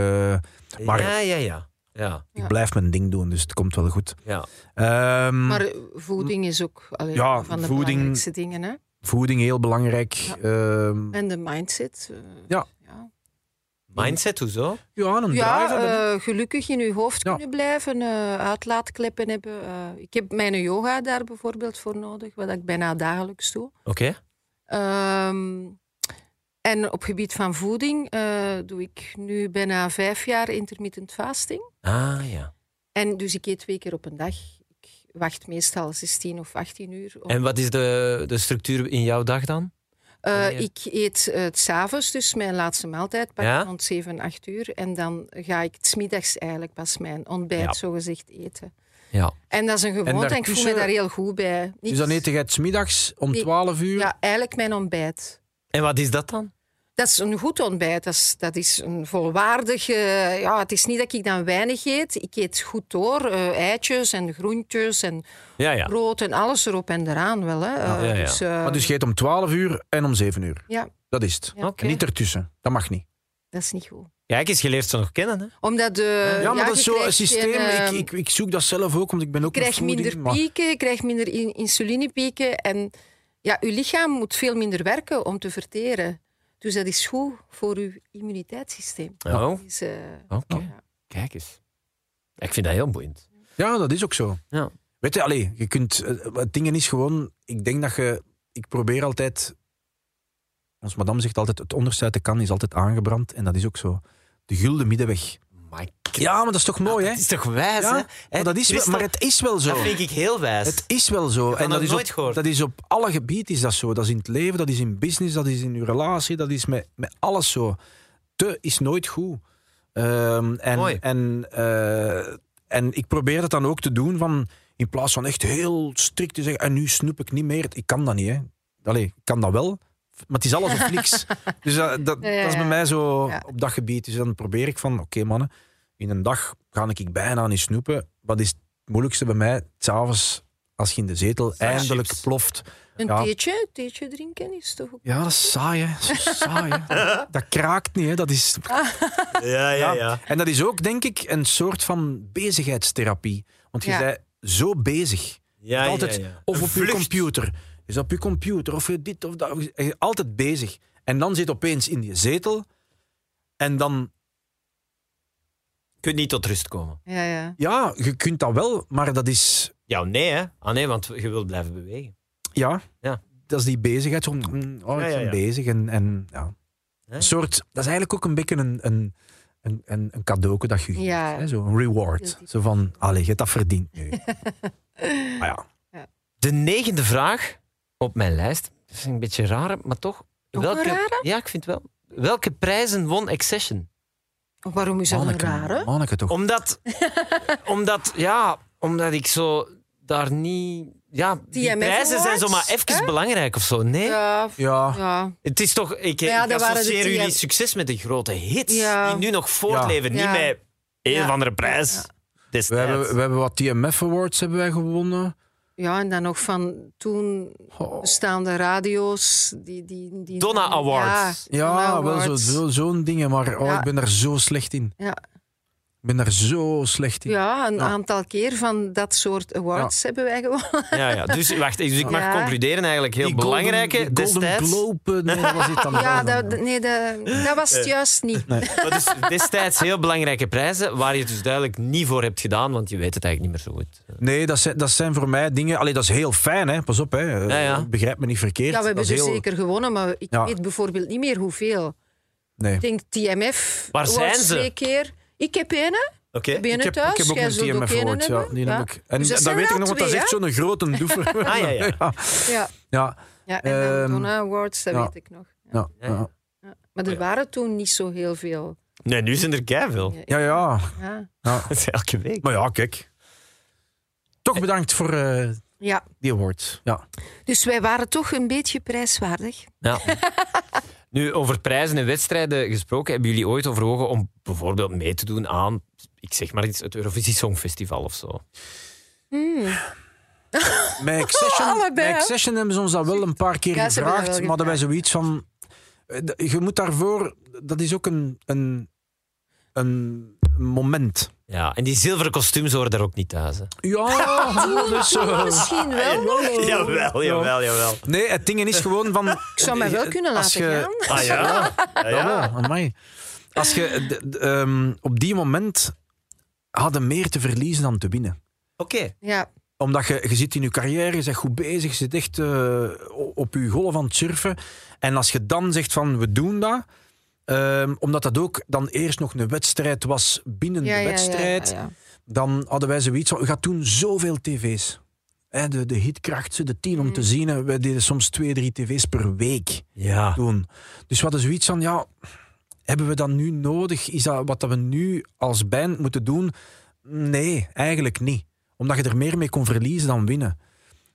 maar Ja, ja, ja. ja, Ja. ik blijf mijn ding doen, dus het komt wel goed. ja. Ehm, Maar eh, voeding is ook allee, Ja, van de voeding- belangrijkste dingen. Hè? Voeding heel belangrijk. Ehm, En de mindset. eh, Ja. ja. Mindset, hoezo? ja, een Ja, drive hebben. eh, gelukkig in uw hoofd Ja. kunnen blijven, eh, uitlaatkleppen hebben. eh. ik heb mijn yoga daar bijvoorbeeld voor nodig, wat ik bijna dagelijks doe. Oké. Ehm, en op gebied van voeding eh, doe ik nu bijna vijf jaar intermittent fasting. Ah, ja. En dus ik eet twee keer op een dag. Ik wacht meestal 16 of 18 uur. op- En wat is de, de structuur in jouw dag dan? Eh, Wanneer? ik eet eh, het 's s'avonds, dus mijn laatste maaltijd, pak Ja? rond 7, 8 uur. En dan ga ik 's middags eigenlijk pas mijn ontbijt, Ja. zogezegd, eten. Ja. En dat is een gewoonte en, ik voel me daartussen- daar heel goed bij. Dus Niets- dan eet je het 's middags om Nee. 12 uur. Ja, eigenlijk mijn ontbijt. En wat is dat dan? Dat is een goed ontbijt. Dat is, dat is een volwaardig. eh, ja, het is niet dat ik dan weinig eet. Ik eet goed door. eh, eitjes en groentjes en Ja, ja. brood en alles erop en eraan wel. Hè. Eh, Ja, ja. Dus, eh, Ah, Maar dus je eet om 12 uur en om 7 uur. ja, Dat is het. ja. Oké. En niet ertussen. Dat mag niet. dat is niet goed. Kijk eens, je leert ze nog kennen. Hè? Omdat de. ja, maar dat Eh, je is zo'n krijgt systeem. geen, eh, ik, ik, ik zoek dat zelf ook, want ik ben ook krijg een foodie, minder maar- pieken, je krijgt minder in- insulinepieken. En ja, je lichaam moet veel minder werken om te verteren. Dus dat is goed voor uw immuniteitssysteem. Oh, Dat is, eh, oké. ja. Kijk eens. Ik vind dat heel boeiend. Ja, dat is ook zo. Ja. Weet je, allee, je kunt, eh, het ding is gewoon, ik denk dat je, ik probeer altijd, ons madame zegt altijd, het onderste uit de kan is altijd aangebrand. En dat is ook zo. De gulden middenweg. Maar Ja, maar dat is toch mooi, hè? Het is toch wijs, Ja, hè? Maar, dat is wel, Christel, maar het is wel zo. Dat vind ik heel wijs. Het is wel zo. heb En dat dat is, nooit op, gehoord. dat is op alle gebieden is dat zo. Dat is in het leven, dat is in business, dat is in uw relatie, dat is met, met alles zo. Te is nooit goed. Ehm, en, Mooi. En, eh, en ik probeer dat dan ook te doen van in plaats van echt heel strikt te zeggen en nu snoep ik niet meer. Ik kan dat niet, hè. Allee, ik kan dat wel. Maar het is alles of niks. Dus dat, dat, dat is bij mij zo Ja. op dat gebied. Dus dan probeer ik van, oké mannen, in een dag ga ik bijna niet snoepen. Wat is het moeilijkste bij mij? S'avonds, als je in de zetel eindelijk chips. ploft. Een Ja. theetje, theetje drinken is toch ook. Ja, dat is saai, hè. Dat, is saai, hè. dat kraakt niet, hè. Dat is... Ja, Ja. En dat is ook, denk ik, een soort van bezigheidstherapie. Want je Ja. bent zo bezig. ja, altijd, ja, ja. Of Een op je vlucht. computer. Is op je computer, of je dit of dat. Je bent Altijd bezig. En dan zit opeens in je zetel. En dan Je kunt niet tot rust komen. Ja, ja. Ja, je kunt dat wel, maar dat is... Ja, nee, hè? Ah, nee, want je wilt blijven bewegen. Ja, Ja. dat is die bezigheid. Zo, mm, oh, ik Ja, ja, ben ja. bezig. En, en, ja. Hè? Een soort... Dat is eigenlijk ook een beetje een, een, een, een, een cadeauke dat je geeft. Ja. Hè? Zo, een reward. Zo van, allee, je hebt dat verdient nu. maar ja. De negende vraag op mijn lijst. Dat is een beetje raar, maar toch. Ook een rare? Ja, ik vind wel. Welke prijzen won Accession? Waarom is dat een Manneke, rare? manneke toch. Omdat, omdat, ja, omdat ik zo daar niet. Ja, die, IMF prijzen zijn Awards, zomaar even hè? belangrijk of zo. Nee, Ja, Ja. ja. het is toch. Ik, Ja, ik dat waren associeer de jullie TM succes met de grote hits Ja. die nu nog voortleven. Ja. Niet met een Ja. of andere prijs. We destijds. hebben, we hebben wat TMF Awards hebben wij gewonnen. ja, en dan nog van toen Oh. bestaande radio's. Die, die, die Donna Awards. Ja, Donna Ja, wel zo- Awards. zo- zo'n dingen. Maar oh, Ja. ik ben daar zo slecht in. Ja. Ik ben daar zo slecht in. Ja, een Ja. aantal keer van dat soort awards hebben wij gewonnen. Ja, ja. Dus wacht, dus ik mag Ja. concluderen eigenlijk heel Die belangrijke Golden, die Golden destijds. Globe, eh, nee, dat was het dan Ja, wel dan. dat, nee, dat, dat was het juist niet. Dat is dus destijds heel belangrijke prijzen waar je het dus duidelijk niet voor hebt gedaan, want je weet het eigenlijk niet meer zo goed. Nee, dat zijn, dat zijn voor mij dingen. Allee, dat is heel fijn, hè? Pas op, hè? Eh, Ja, ja. Begrijp me niet verkeerd. Ja, we hebben dat ze is heel... zeker gewonnen, maar ik Ja. weet bijvoorbeeld niet meer hoeveel. Nee. Ik denk TMF. Waar zijn awards ze? Twee keer. Ik heb één, hè. Oké. Ik heb één Ik heb, thuis. ik heb ook Jij een zult ook TMF één Award, ja. hebben. Die Ja. heb ik. En Dus dat dat zijn weet ik er nog, want dat is twee, echt zo'n grote doever. Ah, ja, ja. Ja, Ja. ja, Ja, en dan Ehm, Donna Awards, dat ja. weet ik nog. ja, ja. Oh Ja. Ja. Maar er waren toen niet zo heel veel. Nee, nu zijn er keiveel. Ja, ja. Ja, Dat is elke week. Maar ja, kijk. Toch bedankt voor eh, ja. die award. Ja. dus wij waren toch een beetje prijswaardig. Ja. Nu, over prijzen en wedstrijden gesproken, hebben jullie ooit overwogen om bijvoorbeeld mee te doen aan, ik zeg maar iets, het Eurovisie Songfestival of zo? Hmm. Met Accession, Allebei, met hè? Accession hebben ze ons dat wel een paar keer Ja, ze hebben dat gevraagd. wel Maar dat wij zoiets van... eh, d- Je moet daarvoor... Dat is ook een, een, een moment. Ja, en die zilveren kostuums horen daar ook niet thuis. Hè? Ja, dus, eh, Misschien wel. Jawel, jawel, jawel. Nee, het ding is gewoon van... Ik zou mij wel kunnen Als laten je- gaan. Ah ja? Ah, Ja, ja. wel, amai. Als je d- d- ehm, op die moment hadden meer te verliezen dan te winnen. Oké. Ja, Omdat je, je zit in je carrière, je bent goed bezig, je zit echt eh, o- op je golf aan het surfen. En als je dan zegt van, we doen dat... ehm, omdat dat ook dan eerst nog een wedstrijd was binnen ja, de ja, ja, wedstrijd. ja, ja. Dan hadden wij zoiets van, we gaan toen zoveel tv's. hè, de, de hitkracht, ze, de tien om Mm. te zien. hè. Wij deden soms twee, drie tv's per week Ja. doen. Dus wat is zoiets van, ja, hebben we dat nu nodig? Is dat wat dat we nu als band moeten doen? Nee, eigenlijk niet. Omdat je er meer mee kon verliezen dan winnen.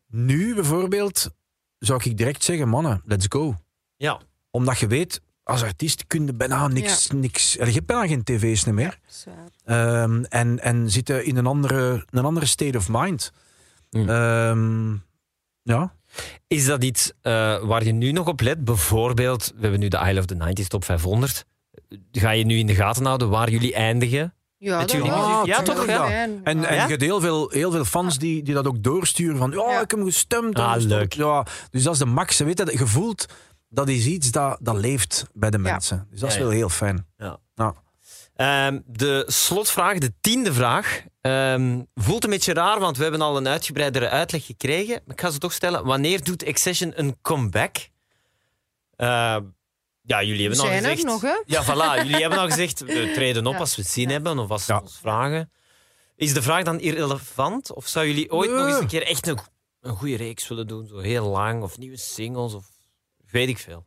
Nu bijvoorbeeld zou ik direct zeggen, mannen, let's go. Ja. Omdat je weet, als artiest kun je bijna niks... niks er je hebt bijna geen tv's niet meer. Zwaar. Ehm, en, en zitten in een andere, een andere state of mind. Mm. Ehm, ja. Is dat iets eh, waar je nu nog op let? Bijvoorbeeld, we hebben nu de Isle of the 90s top 500. Ga je nu in de gaten houden waar jullie eindigen? Ja, Met dat jullie is muziek? wel Ja, heel toch, ja. fijn. En, en Ja? je hebt heel veel, heel veel fans die, die dat ook doorsturen. Van, ja, Ja. ik heb hem gestemd. Ah, gestemd." leuk. Ja, dus dat is de max. Je Weet dat, je voelt, dat is iets dat, dat leeft bij de Ja. mensen. Dus dat is Ja, ja. wel heel fijn. Ehm, de slotvraag, de tiende vraag. ehm, voelt een beetje raar, want we hebben al een uitgebreidere uitleg gekregen. Maar ik ga ze toch stellen. Wanneer doet Accession een comeback? Ehm, ja, jullie hebben al zijn er gezegd... nog, hè? Ja, voilà. Jullie hebben al gezegd, we treden op Ja. als we het zien hebben of als ze Ja. ons vragen. Is de vraag dan irrelevant? Of zou jullie ooit nog Eh. eens een keer echt een, een goede reeks willen doen? Zo heel lang, of nieuwe singles, of weet ik veel.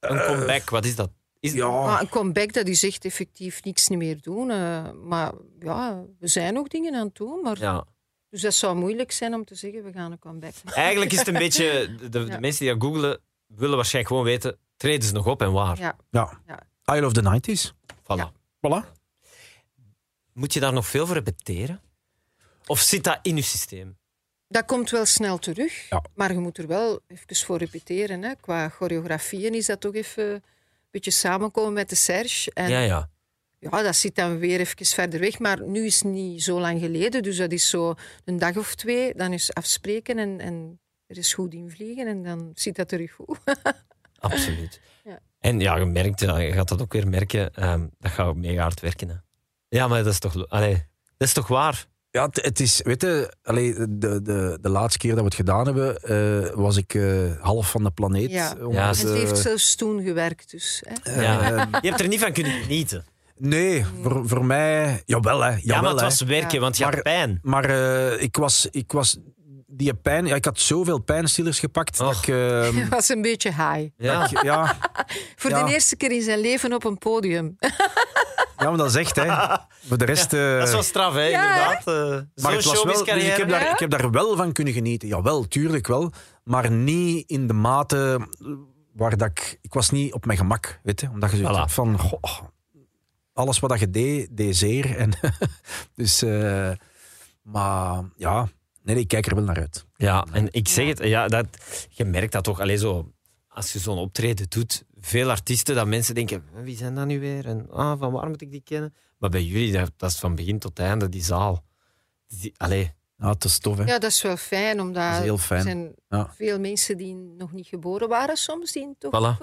Een comeback, wat is dat? Is Oh. Maar een comeback, dat is echt effectief niks niet meer doen. eh. maar ja, we zijn nog dingen aan het doen. Maar, Ja. Dus dat zou moeilijk zijn om te zeggen, we gaan een comeback maken. Eigenlijk is het een beetje... De, de Ja. mensen die dat googelen, willen waarschijnlijk gewoon weten... Treden ze nog op en waar? Ja. Ja. Ja. Isle of the 90s. Voilà. Ja. Voilà. Moet je daar nog veel voor repeteren? Of zit dat in je systeem? Dat komt wel snel terug. Ja. Maar je moet er wel even voor repeteren. Hè. Qua choreografieën is dat toch even een beetje samenkomen met de Serge. En Ja, ja. ja, dat zit dan weer even verder weg. Maar nu is het niet zo lang geleden. Dus dat is zo een dag of twee. Dan is afspreken en, en er is goed invliegen. En dan zit dat terug goed. Absoluut. Ja. En ja, je merkt, ja, je gaat dat ook weer merken, ehm, dat gaat mega hard werken. Hè. Ja, maar dat is toch, allee, dat is toch waar? Ja, het, het is, weet je, allee, de, de, de laatste keer dat we het gedaan hebben, eh, was ik eh, half van de planeet. Ja. Omdat, Ja, En het eh, heeft zelfs toen gewerkt. Dus, hè. eh, Ja. Je hebt er niet van kunnen genieten. nee, voor, voor mij, jawel hè. Jawel, Ja, maar het hè. was werken, Ja. want je had Maar- pijn. Maar eh, ik, was, ik was die pijn. Ja, ik had zoveel pijnstillers gepakt. Dat Och. ik, ehm, Het was een beetje high. Ja. ik- ja, Voor Ja. de eerste keer in zijn leven op een podium. ja, maar dat is echt, hè. Voor de rest. eh, Dat is wel straf, hè, inderdaad. eh maar Zo'n het was wel, dus ik, showbiz-carrière. heb daar, ik heb daar wel van kunnen genieten. Jawel, tuurlijk wel. Maar niet in de mate waar dat ik. Ik was niet op mijn gemak. Weet je, omdat je zoiets Voilà. hebt van. goh, alles wat dat je deed, deed zeer. En dus, eh, maar ja, nee, ik kijk er wel naar uit. Ja, en ik zeg het, ja, dat, je merkt dat toch, alleen zo, als je zo'n optreden doet, veel artiesten, dat mensen denken, "Hè, wie zijn dat nu weer? En ah, van waar moet ik die kennen? Maar bij jullie, dat, dat is van begin tot einde, die zaal. Die, allee, Ja, het is tof, hè? Ja, dat is wel fijn, omdat Dat is heel fijn. er zijn Ja. veel mensen die nog niet geboren waren soms, die toch... Voilà.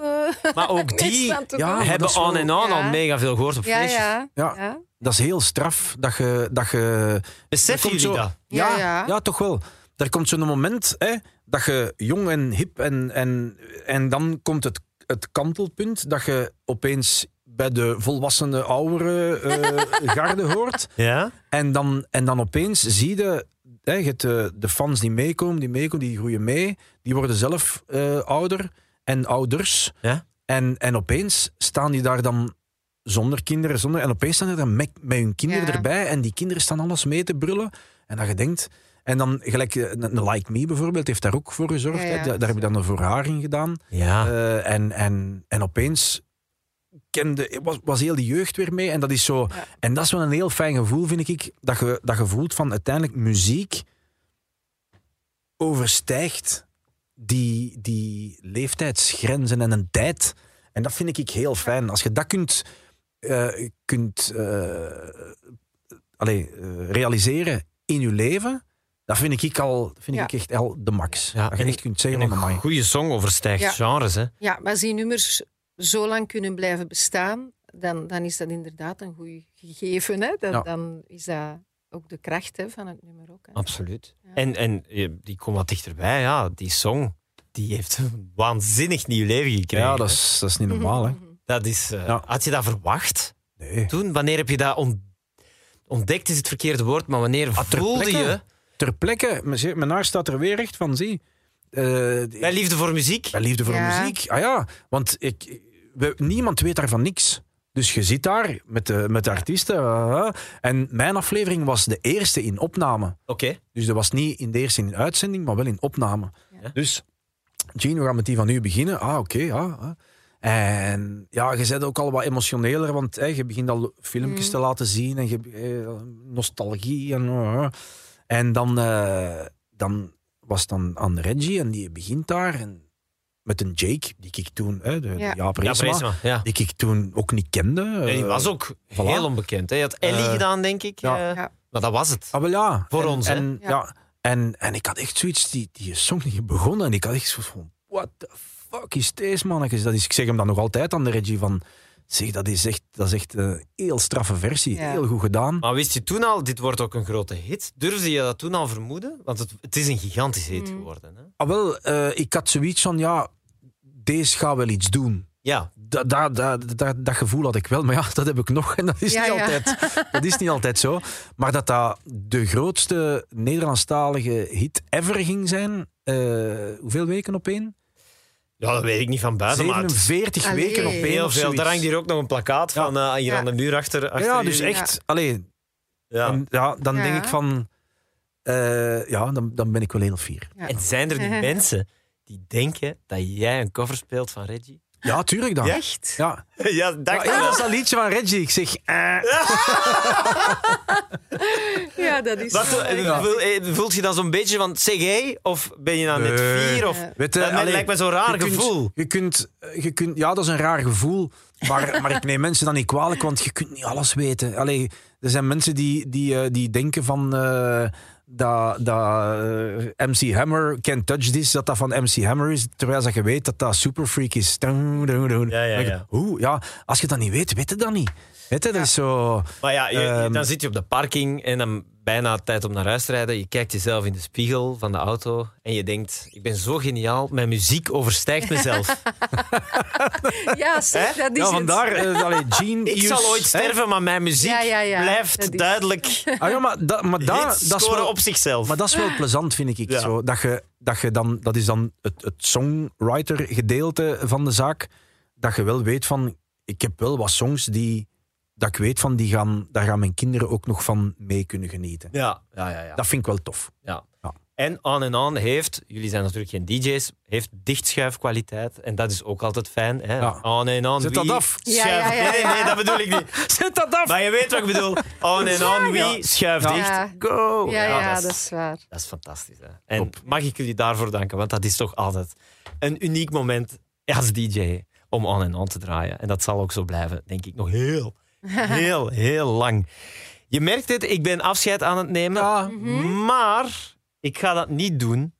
eh, Maar ook die meestal toch Ja, ook- Ah, maar dat hebben is wel- on en on al Ja. mega veel gehoord op ja, flesjes. ja, Ja. ja. Dat is heel straf dat je. Dat je Beseffen Er komt jullie zo- dat? Ja, Ja, ja. ja. toch wel. Er komt zo'n moment hè, dat je jong en hip en, en, en dan komt het, het kantelpunt dat je opeens bij de volwassene oudere eh, garde hoort. Ja? En dan, en dan opeens zie je, hè, je hebt eh, de, de fans die meekomen, die meekomen, die groeien mee. Die worden zelf eh, ouder en ouders. Ja. En, en opeens staan die daar dan zonder kinderen. Zonder, en opeens staan die dan met, met hun kinderen Ja. erbij. En die kinderen staan alles mee te brullen. En dat je denkt... En dan gelijk, eh, een een Like Me bijvoorbeeld heeft daar ook voor gezorgd. Ja, hè. ja. Daar, daar heb ik dan een verharing gedaan. Ja. Eh, en, en, en opeens kende, was, was heel die jeugd weer mee. En dat is zo. Ja. En dat is wel een heel fijn gevoel, vind ik. Dat je, dat je voelt van uiteindelijk muziek overstijgt die, die leeftijdsgrenzen en een tijd. En dat vind ik heel fijn. Als je dat kunt, eh, kunt eh, allee, eh, realiseren in je leven, dat vind ik, al, vind Ja. ik echt al de max. Ja, dat je en- echt kunt En zeggen een van amai. goede song overstijgt Ja. genres, hè? Ja, maar als die nummers zo lang kunnen blijven bestaan, dan, dan is dat inderdaad een goed gegeven. Hè? Dan, Ja. dan is dat ook de kracht hè, van het nummer ook. Hè? Absoluut. Ja. En, en eh, die komt wat dichterbij, ja. Die song, die heeft een waanzinnig nieuw leven gekregen. Ja, dat is, dat is niet normaal, hè? Dat is eh, Ja. Had je dat verwacht Nee. toen? Wanneer heb je dat on- ontdekt, is het verkeerde woord, maar wanneer Ah, ter voelde plekke. je... ter plekke, mijn mijn haar staat er weer echt van, zie. Eh, Bij liefde voor muziek. Bij liefde voor Ja. muziek. Ah ja, want ik, we- niemand weet daarvan niks. Dus je zit daar met de, met de artiesten. ah, ah. en mijn aflevering was de eerste in opname. Oké. Dus dat was niet in de eerste in uitzending, maar wel in opname. Ja. Dus, Gene, we gaan met die van u beginnen. Ah, oké, ja. ah. En ja, je bent ook al wat emotioneler, want hè, je begint al filmpjes te laten zien en je, eh, nostalgie. En, ah, ah. en dan, eh, dan was het dan aan Reggie en die begint daar en met een Jake, die ik toen, hè, de, Ja. de Jaap Ja, Reesma, Prisma. Ja. die ik toen ook niet kende. Nee, die eh, was ook heel onbekend. Hè. Je had Ellie Eh, gedaan, denk ik. ja. eh, Ja. Maar dat was het. Ah, wel ja. Voor En- ons, hè? En, Ja. ja. En, en ik had echt zoiets, die, die song die begonnen. En ik had echt zo van, what the fuck is deze mannetjes? Dat is, ik zeg hem dan nog altijd aan de Reggie van, zeg, dat is echt, dat is echt een heel straffe versie. Ja. Heel goed gedaan. Maar wist je toen al, dit wordt ook een grote hit? Durfde je dat toen al vermoeden? Want het, het is een gigantisch hit Mm. geworden. Hè? Ah, wel, eh, ik had zoiets van, ja, deze gaat wel iets doen. Ja. Dat, dat, dat, dat, dat gevoel had ik wel, maar ja, dat heb ik nog en dat is, Ja, niet, ja. Altijd, dat is niet altijd zo. Maar dat dat de grootste Nederlandstalige hit ever ging zijn, eh, hoeveel weken op één? ja, dat weet ik niet van buiten, maar het is 47 Allee. weken op één heel of veel. zoiets. Daar hangt hier ook nog een plakkaat Ja. van eh, hier Ja. aan de muur achter. achter ja, dus jullie. echt. Allee, Ja. en ja, dan Ja. denk ik van... eh, ja, dan, dan ben ik wel heel fier. Ja. En zijn er die mensen die denken dat jij een cover speelt van Reggie? Ja, tuurlijk dan. Ja, Echt? ja. ja, dacht ja, dat is dat liedje van Reggie. Ik zeg... eh, Ja, dat is Wat, wel eh, echt- voel- eh, Voelt je dan zo'n beetje van, zeg jij? Of ben je nou net Nee. vier? Of, Ja. Weet je, dat me- allee, lijkt me zo'n raar je kunt- gevoel. je, kunt, eh, je kunt... Ja, dat is een raar gevoel. Maar, maar ik neem mensen dan niet kwalijk, want je kunt niet alles weten. Allee, er zijn mensen die, die, eh, die denken van... eh, dat, dat eh, MC Hammer, Can't Touch This, dat dat van MC Hammer is. Terwijl dat je weet dat dat Super Freak is. Dun, dun, dun. Ja, ja, Dan denk ik, ja. Hoe? Ja, als je dat niet weet, weet je dat niet. Weet je, dat is zo... Maar ja, je- je- Ehm. dan zit je op de parking en dan bijna tijd om naar huis te rijden. Je kijkt jezelf in de spiegel van de auto en je denkt, ik ben zo geniaal, mijn muziek overstijgt mezelf. Ja, zeg, dat is Ja, het. vandaar... eh, allee, Gene ik zal Hughes, ooit hè. sterven, maar mijn muziek Ja, ja, ja, dat blijft is- duidelijk Ah, ja, maar, dat maar daar, hits dat is scoren wel... op zichzelf. Maar dat is wel plezant, vind ik. ik Ja. zo, dat, je, dat, je dan, dat is dan het, het songwriter-gedeelte van de zaak. Dat je wel weet van... Ik heb wel wat songs die... Dat ik weet van, die gaan, daar gaan mijn kinderen ook nog van mee kunnen genieten. ja, ja, ja, ja. Dat vind ik wel tof. ja. Ja. En On en On heeft, jullie zijn natuurlijk geen DJ's, heeft dichtschuifkwaliteit. En dat is ook altijd fijn. Hè? Ja. On en On. Zet dat wie af. Ja, schuift- ja, ja, Nee, ja. nee, dat bedoel ik niet. Zet dat af! Maar je weet wat ik bedoel. On en On, wie schuift Ja. dicht. Ja. Go! Ja, Ja, ja, dat is- dat is waar. Dat is fantastisch. Hè? En mag ik jullie daarvoor danken, want dat is toch altijd een uniek moment als DJ om on en on te draaien. En dat zal ook zo blijven, denk ik, nog heel, heel, heel lang. Je merkt het, ik ben afscheid aan het nemen, maar ik ga dat niet doen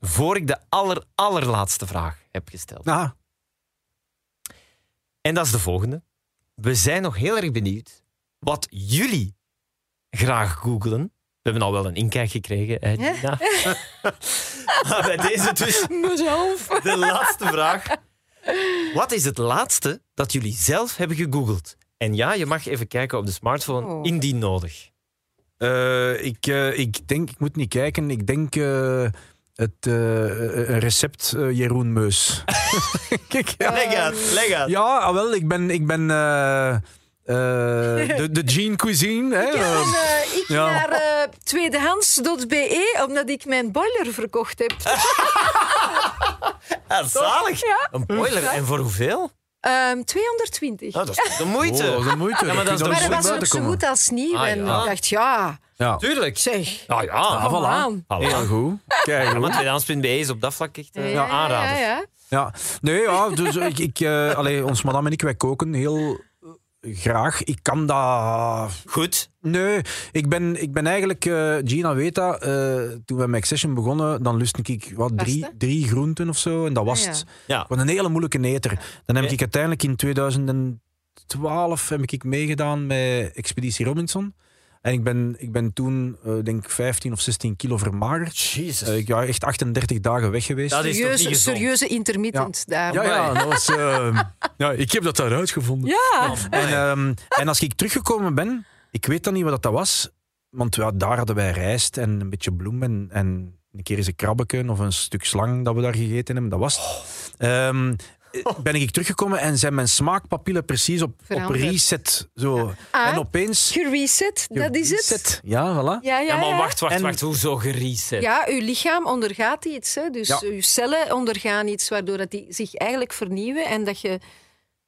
voor ik de aller, allerlaatste vraag heb gesteld. Nou, En dat is de volgende. We zijn nog heel erg benieuwd wat jullie graag googelen. We hebben al wel een inkijk gekregen, hè, Gina? maar bij deze dus Mezelf. de laatste vraag. Wat is het laatste dat jullie zelf hebben gegoogeld? En ja, je mag even kijken op de smartphone, Oh. indien nodig. eh, ik, eh, ik denk... Ik moet niet kijken. Ik denk... eh, het eh, eh, een recept eh, Jeroen Meus. Kijk, ja. Leg Ehm, uit, leg uit. Ja, ah, wel, ik ben, ik ben eh, eh, de, de Gene Cuisine. Hè? En, Eh, eh, ik Ja. naar eh, tweedehands.be, omdat ik mijn boiler verkocht heb. Ah, zalig. Ja. Een boiler. En voor hoeveel? Ehm, 220. Ah, dat is de Oh, moeite. dat is een moeite. Ja, maar dat is Ik de vind maar moet dat was moeite ook zo komen. goed als nieuw. Ah, en ja. ik dacht, ja, Ja, Tuurlijk. zeg, Ah, Ja, ja. kom voilà. aan. heel goed. Kijk, Maar tweedehands.be is op dat vlak echt eh, Ja, aanrader. ja, ja. Ja, nee, ja, dus ik, ik eh, allee, ons madame en ik, wij koken heel eh, graag. Ik kan dat... Goed. Nee, ik ben, ik ben eigenlijk, eh, Gina weet dat, eh, toen we met Accession begonnen, dan lustte ik wat, drie, Pasta? drie groenten of zo, en dat was Ah, ja. het. Ja. Ik was een hele moeilijke neter. Dan heb Ja. ik uiteindelijk in 2012 heb ik meegedaan met Expeditie Robinson. En ik ben, ik ben toen, eh, denk ik, 15 of 16 kilo vermagerd. Jezus. Eh, ik was echt 38 dagen weg geweest. Dat is toch niet Serieuze, gezond? serieuze intermittent daar. Ja, ja, dat was, eh, ja, ik heb dat daaruit gevonden. Ja. En, ehm, en als ik teruggekomen ben, ik weet dan niet wat dat was. Want ja, daar hadden wij rijst en een beetje bloem en, en een keer eens een krabbeken of een stuk slang dat we daar gegeten hebben. Dat was het. Ehm, ben ik teruggekomen en zijn mijn smaakpapillen precies op, op Veranderd. reset. Zo. Ah. En opeens... Gereset, dat is het. reset. Ja, Ja, voilà. ja, Ja, maar ja. wacht, wacht, En- wacht. Hoezo gereset? Ja, uw lichaam ondergaat iets. Hè? Dus Ja. uw cellen ondergaan iets waardoor dat die zich eigenlijk vernieuwen en dat je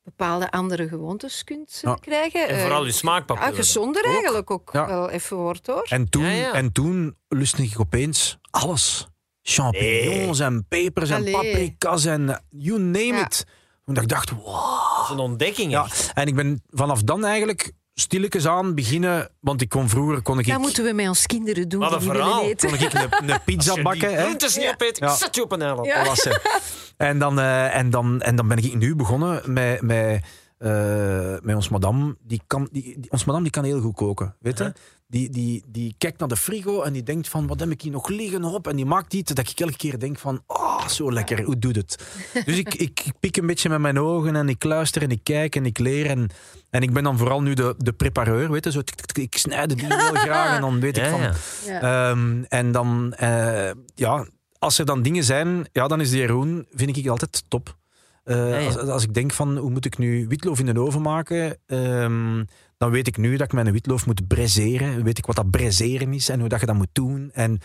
bepaalde andere gewoontes kunt eh, Ja. krijgen. En Eh, vooral je smaakpapillen. ah, gezonder eigenlijk ook Ja. wel even wordt hoor. En toen, Ja, ja. En toen lustte ik opeens alles. Champignons en pepers en Allee. paprika's en eh, you name Ja. it. Omdat ik dacht, wow. Dat is een ontdekking. Ja, hè. en ik ben vanaf dan eigenlijk stilletjes aan beginnen. Want ik kon vroeger kon ik, Dat moeten we met ons kinderen doen. Wat die een niet willen verhaal. eten. kon ik een, een Als pizza je bakken. die hè. groentes niet opeet, ik Ja. zet je op een eiland. Ja. was ze. En dan, eh, en, dan, en dan ben ik nu begonnen met, met, eh, met ons madame. Die kan, die, die- ons madame die kan heel goed koken, weet je? Die, die, die kijkt naar de frigo en die denkt van, wat heb ik hier nog liggen? Hop. En die maakt iets dat ik elke keer denk van, oh, zo lekker, hoe doet het? Dus ik, ik pik een beetje met mijn ogen en ik luister en ik kijk en ik leer. En, en ik ben dan vooral nu de, de prepareur, weet je? Zo, tik, tik, tik, ik snijd het die heel graag en dan weet ik Ja, van... ja. Ja. Ehm, en dan, eh, ja, als er dan dingen zijn, ja, dan is die Jeroen, vind ik altijd top. Eh, Ja, ja. Als, als ik denk van, hoe moet ik nu witloof in de oven maken, ehm, dan weet ik nu dat ik mijn witloof moet braiseren. Weet ik wat dat braiseren is en hoe dat je dat moet doen. En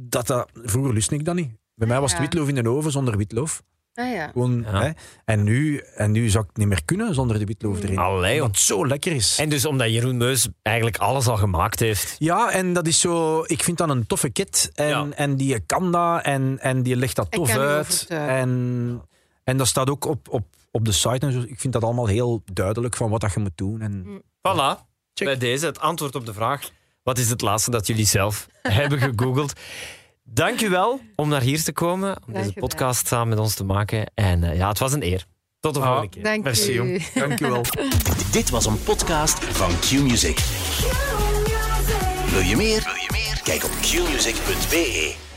dat, dat, vroeger lustte ik dat niet. Bij mij was het Ja. witloof in de oven zonder witloof. Ah, ja. Gewoon, Ja. hè. En, nu, en nu zou ik het niet meer kunnen zonder de Mm. witloof erin. Allee, joh. Wat zo lekker is. Ah, En dus omdat Jeroen Meus eigenlijk alles al gemaakt heeft. Ja, en dat is zo. Ik vind dat een toffe kit. En, Ja. en die kan dat en, en die legt dat Hij tof kan u uit. overtuigen. En, en dat staat ook op, op, op de site. En zo. Ik vind dat allemaal heel duidelijk van wat dat je moet doen. En, Voilà, bij deze het antwoord op de vraag. Wat is het laatste dat jullie zelf hebben gegoogeld? Dank u wel om naar hier te komen, om deze gedaan. podcast samen met ons te maken. En eh, ja, het was een eer. Tot de volgende keer. Dank Merci, u. jong. Dank u wel. Dit was een podcast van Q-Music. Wil je meer? Wil je meer? Kijk op qmusic.be.